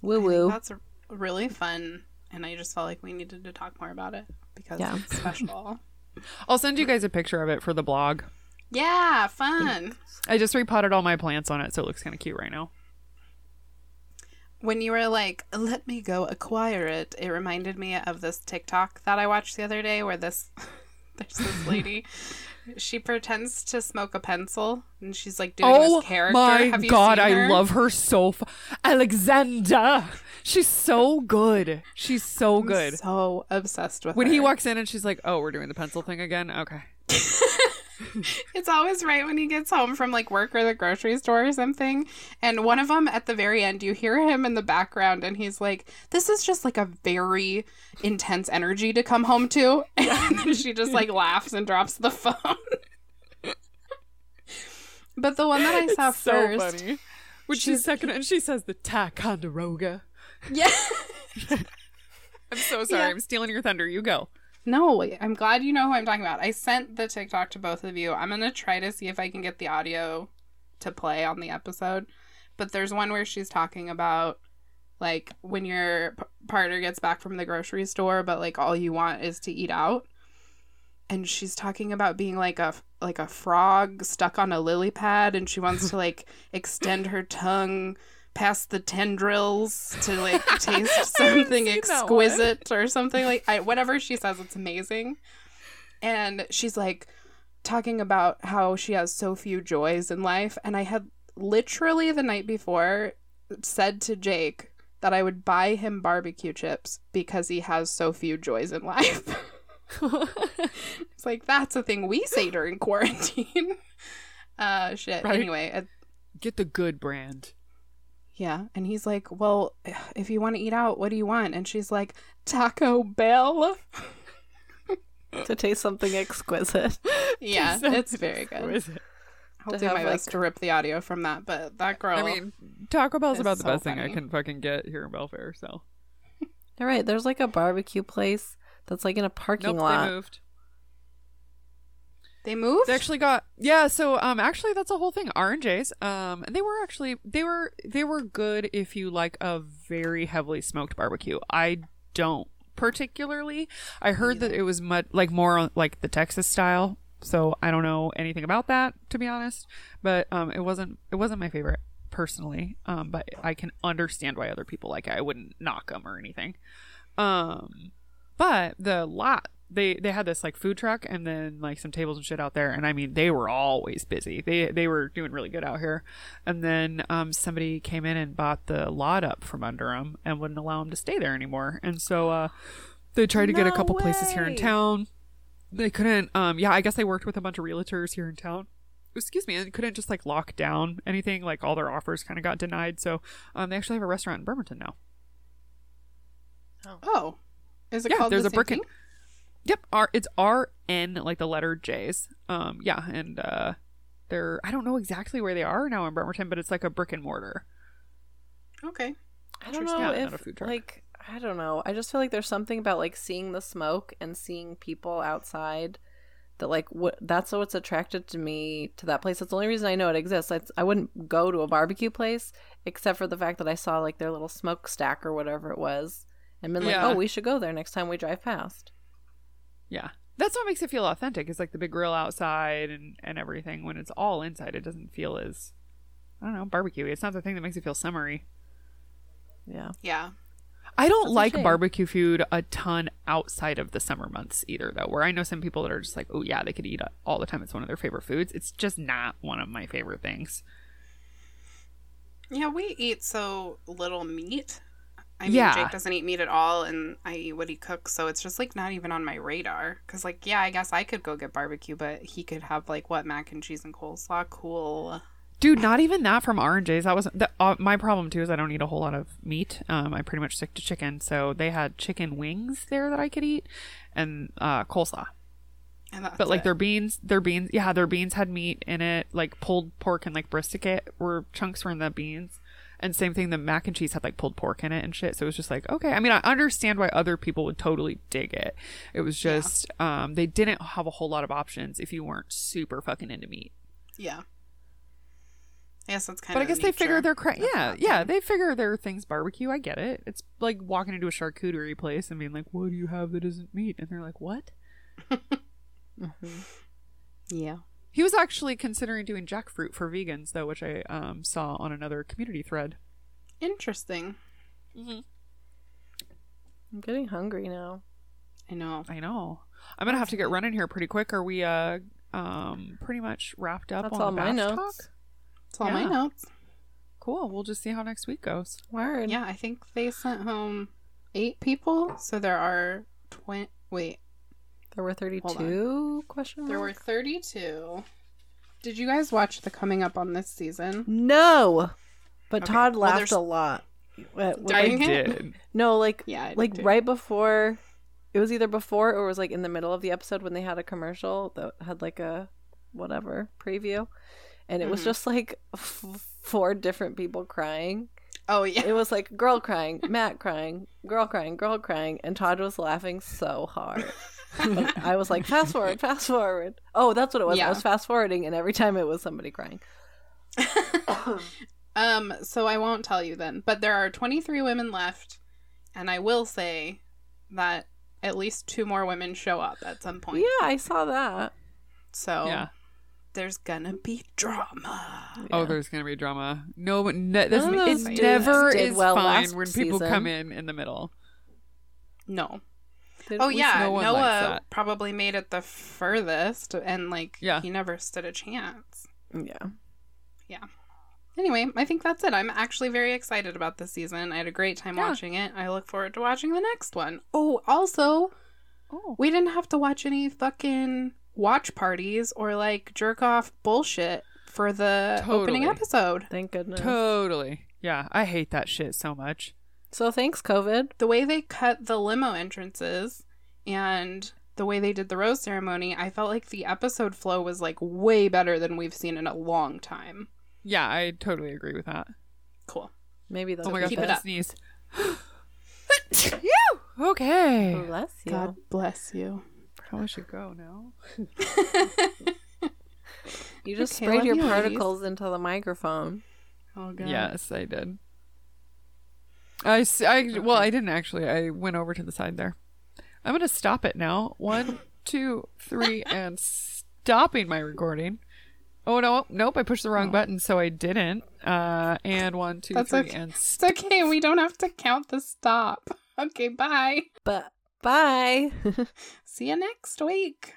S2: Woo
S4: I think
S2: woo.
S4: That's really fun, and I just felt like we needed to talk more about it because
S2: Yeah.
S4: it's special.
S3: I'll send you guys a picture of it for the blog.
S4: yeah, fun.
S3: I just repotted all my plants on it, so it looks kind of cute right now.
S4: When you were like, "Let me go acquire it," it reminded me of this TikTok that I watched the other day, where this there's this lady. She pretends to smoke a pencil, and she's like doing
S3: oh
S4: this character.
S3: my
S4: Have you
S3: god,
S4: seen
S3: I
S4: her?
S3: love her so. F- Alexandra, she's so good. She's so good.
S4: So obsessed with
S3: When he
S4: her.
S3: walks in and she's like, "Oh, we're doing the pencil thing again." Okay.
S4: It's always right when he gets home from like work or the grocery store or something. And one of them at the very end, you hear him in the background and he's like, This is just like a very intense energy to come home to. And then she just like laughs and drops the phone. but the one that I saw
S3: so
S4: first.
S3: funny. When she's second and she says the Ticonderoga.
S4: Yeah.
S3: I'm so sorry.
S4: Yeah.
S3: I'm stealing your thunder. You go.
S4: No, I'm glad you know who I'm talking about. I sent the TikTok to both of you. I'm going to try to see if I can get the audio to play on the episode. But there's one where she's talking about like when your p- partner gets back from the grocery store but like all you want is to eat out. And she's talking about being like a like a frog stuck on a lily pad and she wants to like extend her tongue past the tendrils to like taste
S3: I haven't
S4: something
S3: seen that one.
S4: exquisite or something like I, whatever she says it's amazing and she's like talking about how she has so few joys in life and i had literally the night before said to jake that i would buy him barbecue chips because he has so few joys in life it's like that's a thing we say during quarantine uh shit
S3: Right.
S4: anyway uh,
S3: Get the good brand.
S4: yeah and he's like well if you want to eat out what do you want and she's like taco bell
S2: to taste something exquisite.
S4: yeah
S3: Sounds
S4: it's very good
S3: exquisite.
S4: I'll
S2: to
S4: do my
S2: have,
S4: best
S2: like-
S4: to rip the audio from that, but that girl.
S3: I mean, Taco Bell's
S4: It's
S3: about the
S4: so
S3: best thing
S4: funny.
S3: I can fucking get here in Belfair. So
S2: All right, there's like a barbecue place that's like in a
S3: nope,
S2: parking
S3: they
S2: lot.
S3: moved.
S4: they moved.
S3: They actually got yeah. So um, actually that's a whole thing. R and J's. Um, and they were actually they were they were good if you like a very heavily smoked barbecue. I don't particularly. I heard that it was much like more on- like the Texas style. So I don't know anything about that to be honest. But um, it wasn't it wasn't my favorite personally. Um, but I can understand why other people like it. I wouldn't knock them or anything. Um, but the lot they they had this like food truck and then like some tables and shit out there and I mean they were always busy. They they were doing really good out here. And then um somebody came in and bought the lot up from under them and wouldn't allow them to stay there anymore. And so uh they tried to get a
S2: No
S3: couple places here in
S2: way.
S3: town. They couldn't um yeah, I guess they worked with a bunch of realtors here in town. Excuse me, and couldn't just like lock down anything. Like all their offers kind of got denied. So um, they actually have a restaurant in Bremerton now.
S4: Oh, is it
S3: yeah,
S4: called?
S3: there's
S4: the
S3: a brick
S4: same
S3: and Yep, R it's R N like the letter J's. Um yeah, and uh they're I don't know exactly where they are now in Bremerton, but it's like a brick and mortar.
S4: thing? Okay.
S2: I don't
S3: Interesting.
S2: know
S3: Yeah, not a
S2: if
S3: food truck.
S2: like I don't know. I just feel like there's something about like seeing the smoke and seeing people outside that like what that's what's attracted to me to that place. That's the only reason I know it exists. I, I wouldn't go to a barbecue place except for the fact that I saw like their little smokestack or whatever it was and been like,
S3: Yeah.
S2: "Oh, we should go there next time we drive past."
S3: Yeah. That's what makes it feel authentic. It's like the big grill outside and and everything. When it's all inside, it doesn't feel as I don't know, barbecue. It's not the thing that makes it feel summery.
S2: Yeah.
S4: Yeah.
S3: I don't
S2: That's a
S3: like
S2: shame.
S3: barbecue food a ton outside of the summer months either, though. Where I know some people that are just like, oh yeah, they could eat it all the time. It's one of their favorite foods. It's just not one of my favorite things.
S4: Yeah, we eat so little meat. I mean,
S3: Yeah.
S4: Jake doesn't eat meat at all, and I eat what he cooks, so it's just like not even on my radar. Because, like, yeah, I guess I could go get barbecue, but he could have like what mac and cheese and coleslaw. Cool.
S3: Dude, not even that from R and J's. That wasn't the, uh, my problem too. Is I don't eat a whole lot of meat. Um, I pretty much stick to chicken. So they had chicken wings there that I could eat, and uh, coleslaw.
S4: And that's
S3: But like
S4: it.
S3: their beans, their beans, yeah, their beans had meat in it. Like pulled pork and like brisket were chunks were in the beans, and same thing. The mac and cheese had like pulled pork in it and shit. So it was just like okay. I mean, I understand why other people would totally dig it. It was just um, they didn't have a whole lot of options if you weren't super fucking into meat.
S4: yeah. Yes, that's kind
S3: But I
S4: of.
S3: guess
S4: the
S3: they figure
S4: nature.
S3: their cra-
S4: That's
S3: yeah,
S4: not
S3: yeah,
S4: bad.
S3: they figure their things barbecue. I get it. It's like walking into a charcuterie place and being like, "What do you have that isn't meat?" And they're like, "What?"
S2: Mm-hmm.
S4: Yeah.
S3: He was actually considering doing jackfruit for vegans though, which I um, saw on another community thread.
S4: Interesting. Mm-hmm.
S2: I'm getting hungry now.
S4: I know.
S3: I know. I'm gonna have to get running here pretty quick. Are we uh um pretty much wrapped up
S2: That's
S3: on
S2: all
S3: the
S2: my
S3: bash
S2: notes.
S3: talk?
S4: It's all my
S3: Yeah.
S4: notes.
S3: Cool. We'll just see how next week goes.
S2: Word.
S4: Yeah, I think they sent home eight people, so there are twenty. Wait,
S2: There were 32 question
S4: there were
S2: mark?
S4: thirty-two. Did you guys watch the coming up on this season?
S2: No. But
S4: Okay.
S2: Todd
S4: Well,
S2: laughed
S4: there's-
S2: a lot. Uh,
S4: During
S2: like-
S4: it?
S2: no, like
S4: Yeah, I did
S2: like
S4: too.
S2: right before it was either before or it was like in the middle of the episode when they had a commercial that had like a whatever preview and it was
S4: Mhm.
S2: just like f- four different people crying
S4: Oh yeah,
S2: it was like girl crying matt crying girl crying girl crying and todd was laughing so hard Like, i was like fast forward fast forward oh that's what it was
S4: Yeah.
S2: i was fast forwarding and every time it was somebody crying
S4: um. So I won't tell you then, but there are twenty-three women left, and I will say that at least two more women show up at some point.
S2: yeah i saw that
S4: So
S3: Yeah.
S4: there's gonna be drama.
S3: Oh,
S2: Yeah.
S3: there's gonna be drama. No, but ne- this,
S2: None of
S3: it
S2: those dudes
S3: never
S2: did
S3: is
S2: well
S3: fine
S2: last
S3: when people
S2: season.
S3: come in in the middle.
S4: No,
S2: There
S4: Oh
S2: was-
S4: yeah,
S3: no one likes
S4: Noah
S3: that.
S4: probably made it the furthest, and like
S3: Yeah.
S4: he never stood a chance.
S2: Yeah.
S4: Anyway, I think that's it. I'm actually very excited about this season. I had a great time
S3: Yeah.
S4: watching it. I look forward to watching the next one. Oh, also,
S3: Oh.
S4: we didn't have to watch any fucking watch parties or like jerk off bullshit for the opening
S3: Totally.
S4: episode.
S2: Thank goodness.
S3: Totally. Yeah, I hate that shit so much.
S2: so thanks, COVID.
S4: the way they cut the limo entrances and the way they did the rose ceremony, I felt like the episode flow was like way better than we've seen in a long time.
S3: Yeah, I totally agree with that.
S4: Cool.
S2: Maybe that's
S3: Oh my god,
S4: Keep it
S3: that
S4: up.
S3: sneeze. Phew! okay.
S2: Bless you.
S4: God bless you.
S3: Probably should go now.
S2: You just
S4: Okay,
S2: sprayed
S4: love
S2: your
S4: you, ladies.
S2: particles into the microphone.
S4: Oh god.
S3: Yes, I did. I, s- I- well, I didn't actually. I went over to the side there. I'm gonna stop it now. One, two, three, and stopping my recording. Oh no, nope! I pushed the wrong button, so I didn't. Uh, and one, two, three,
S4: Oh. That's okay.
S3: and
S4: It's okay. We don't have to count the stop. Okay, bye.
S2: But bye.
S4: See you next week.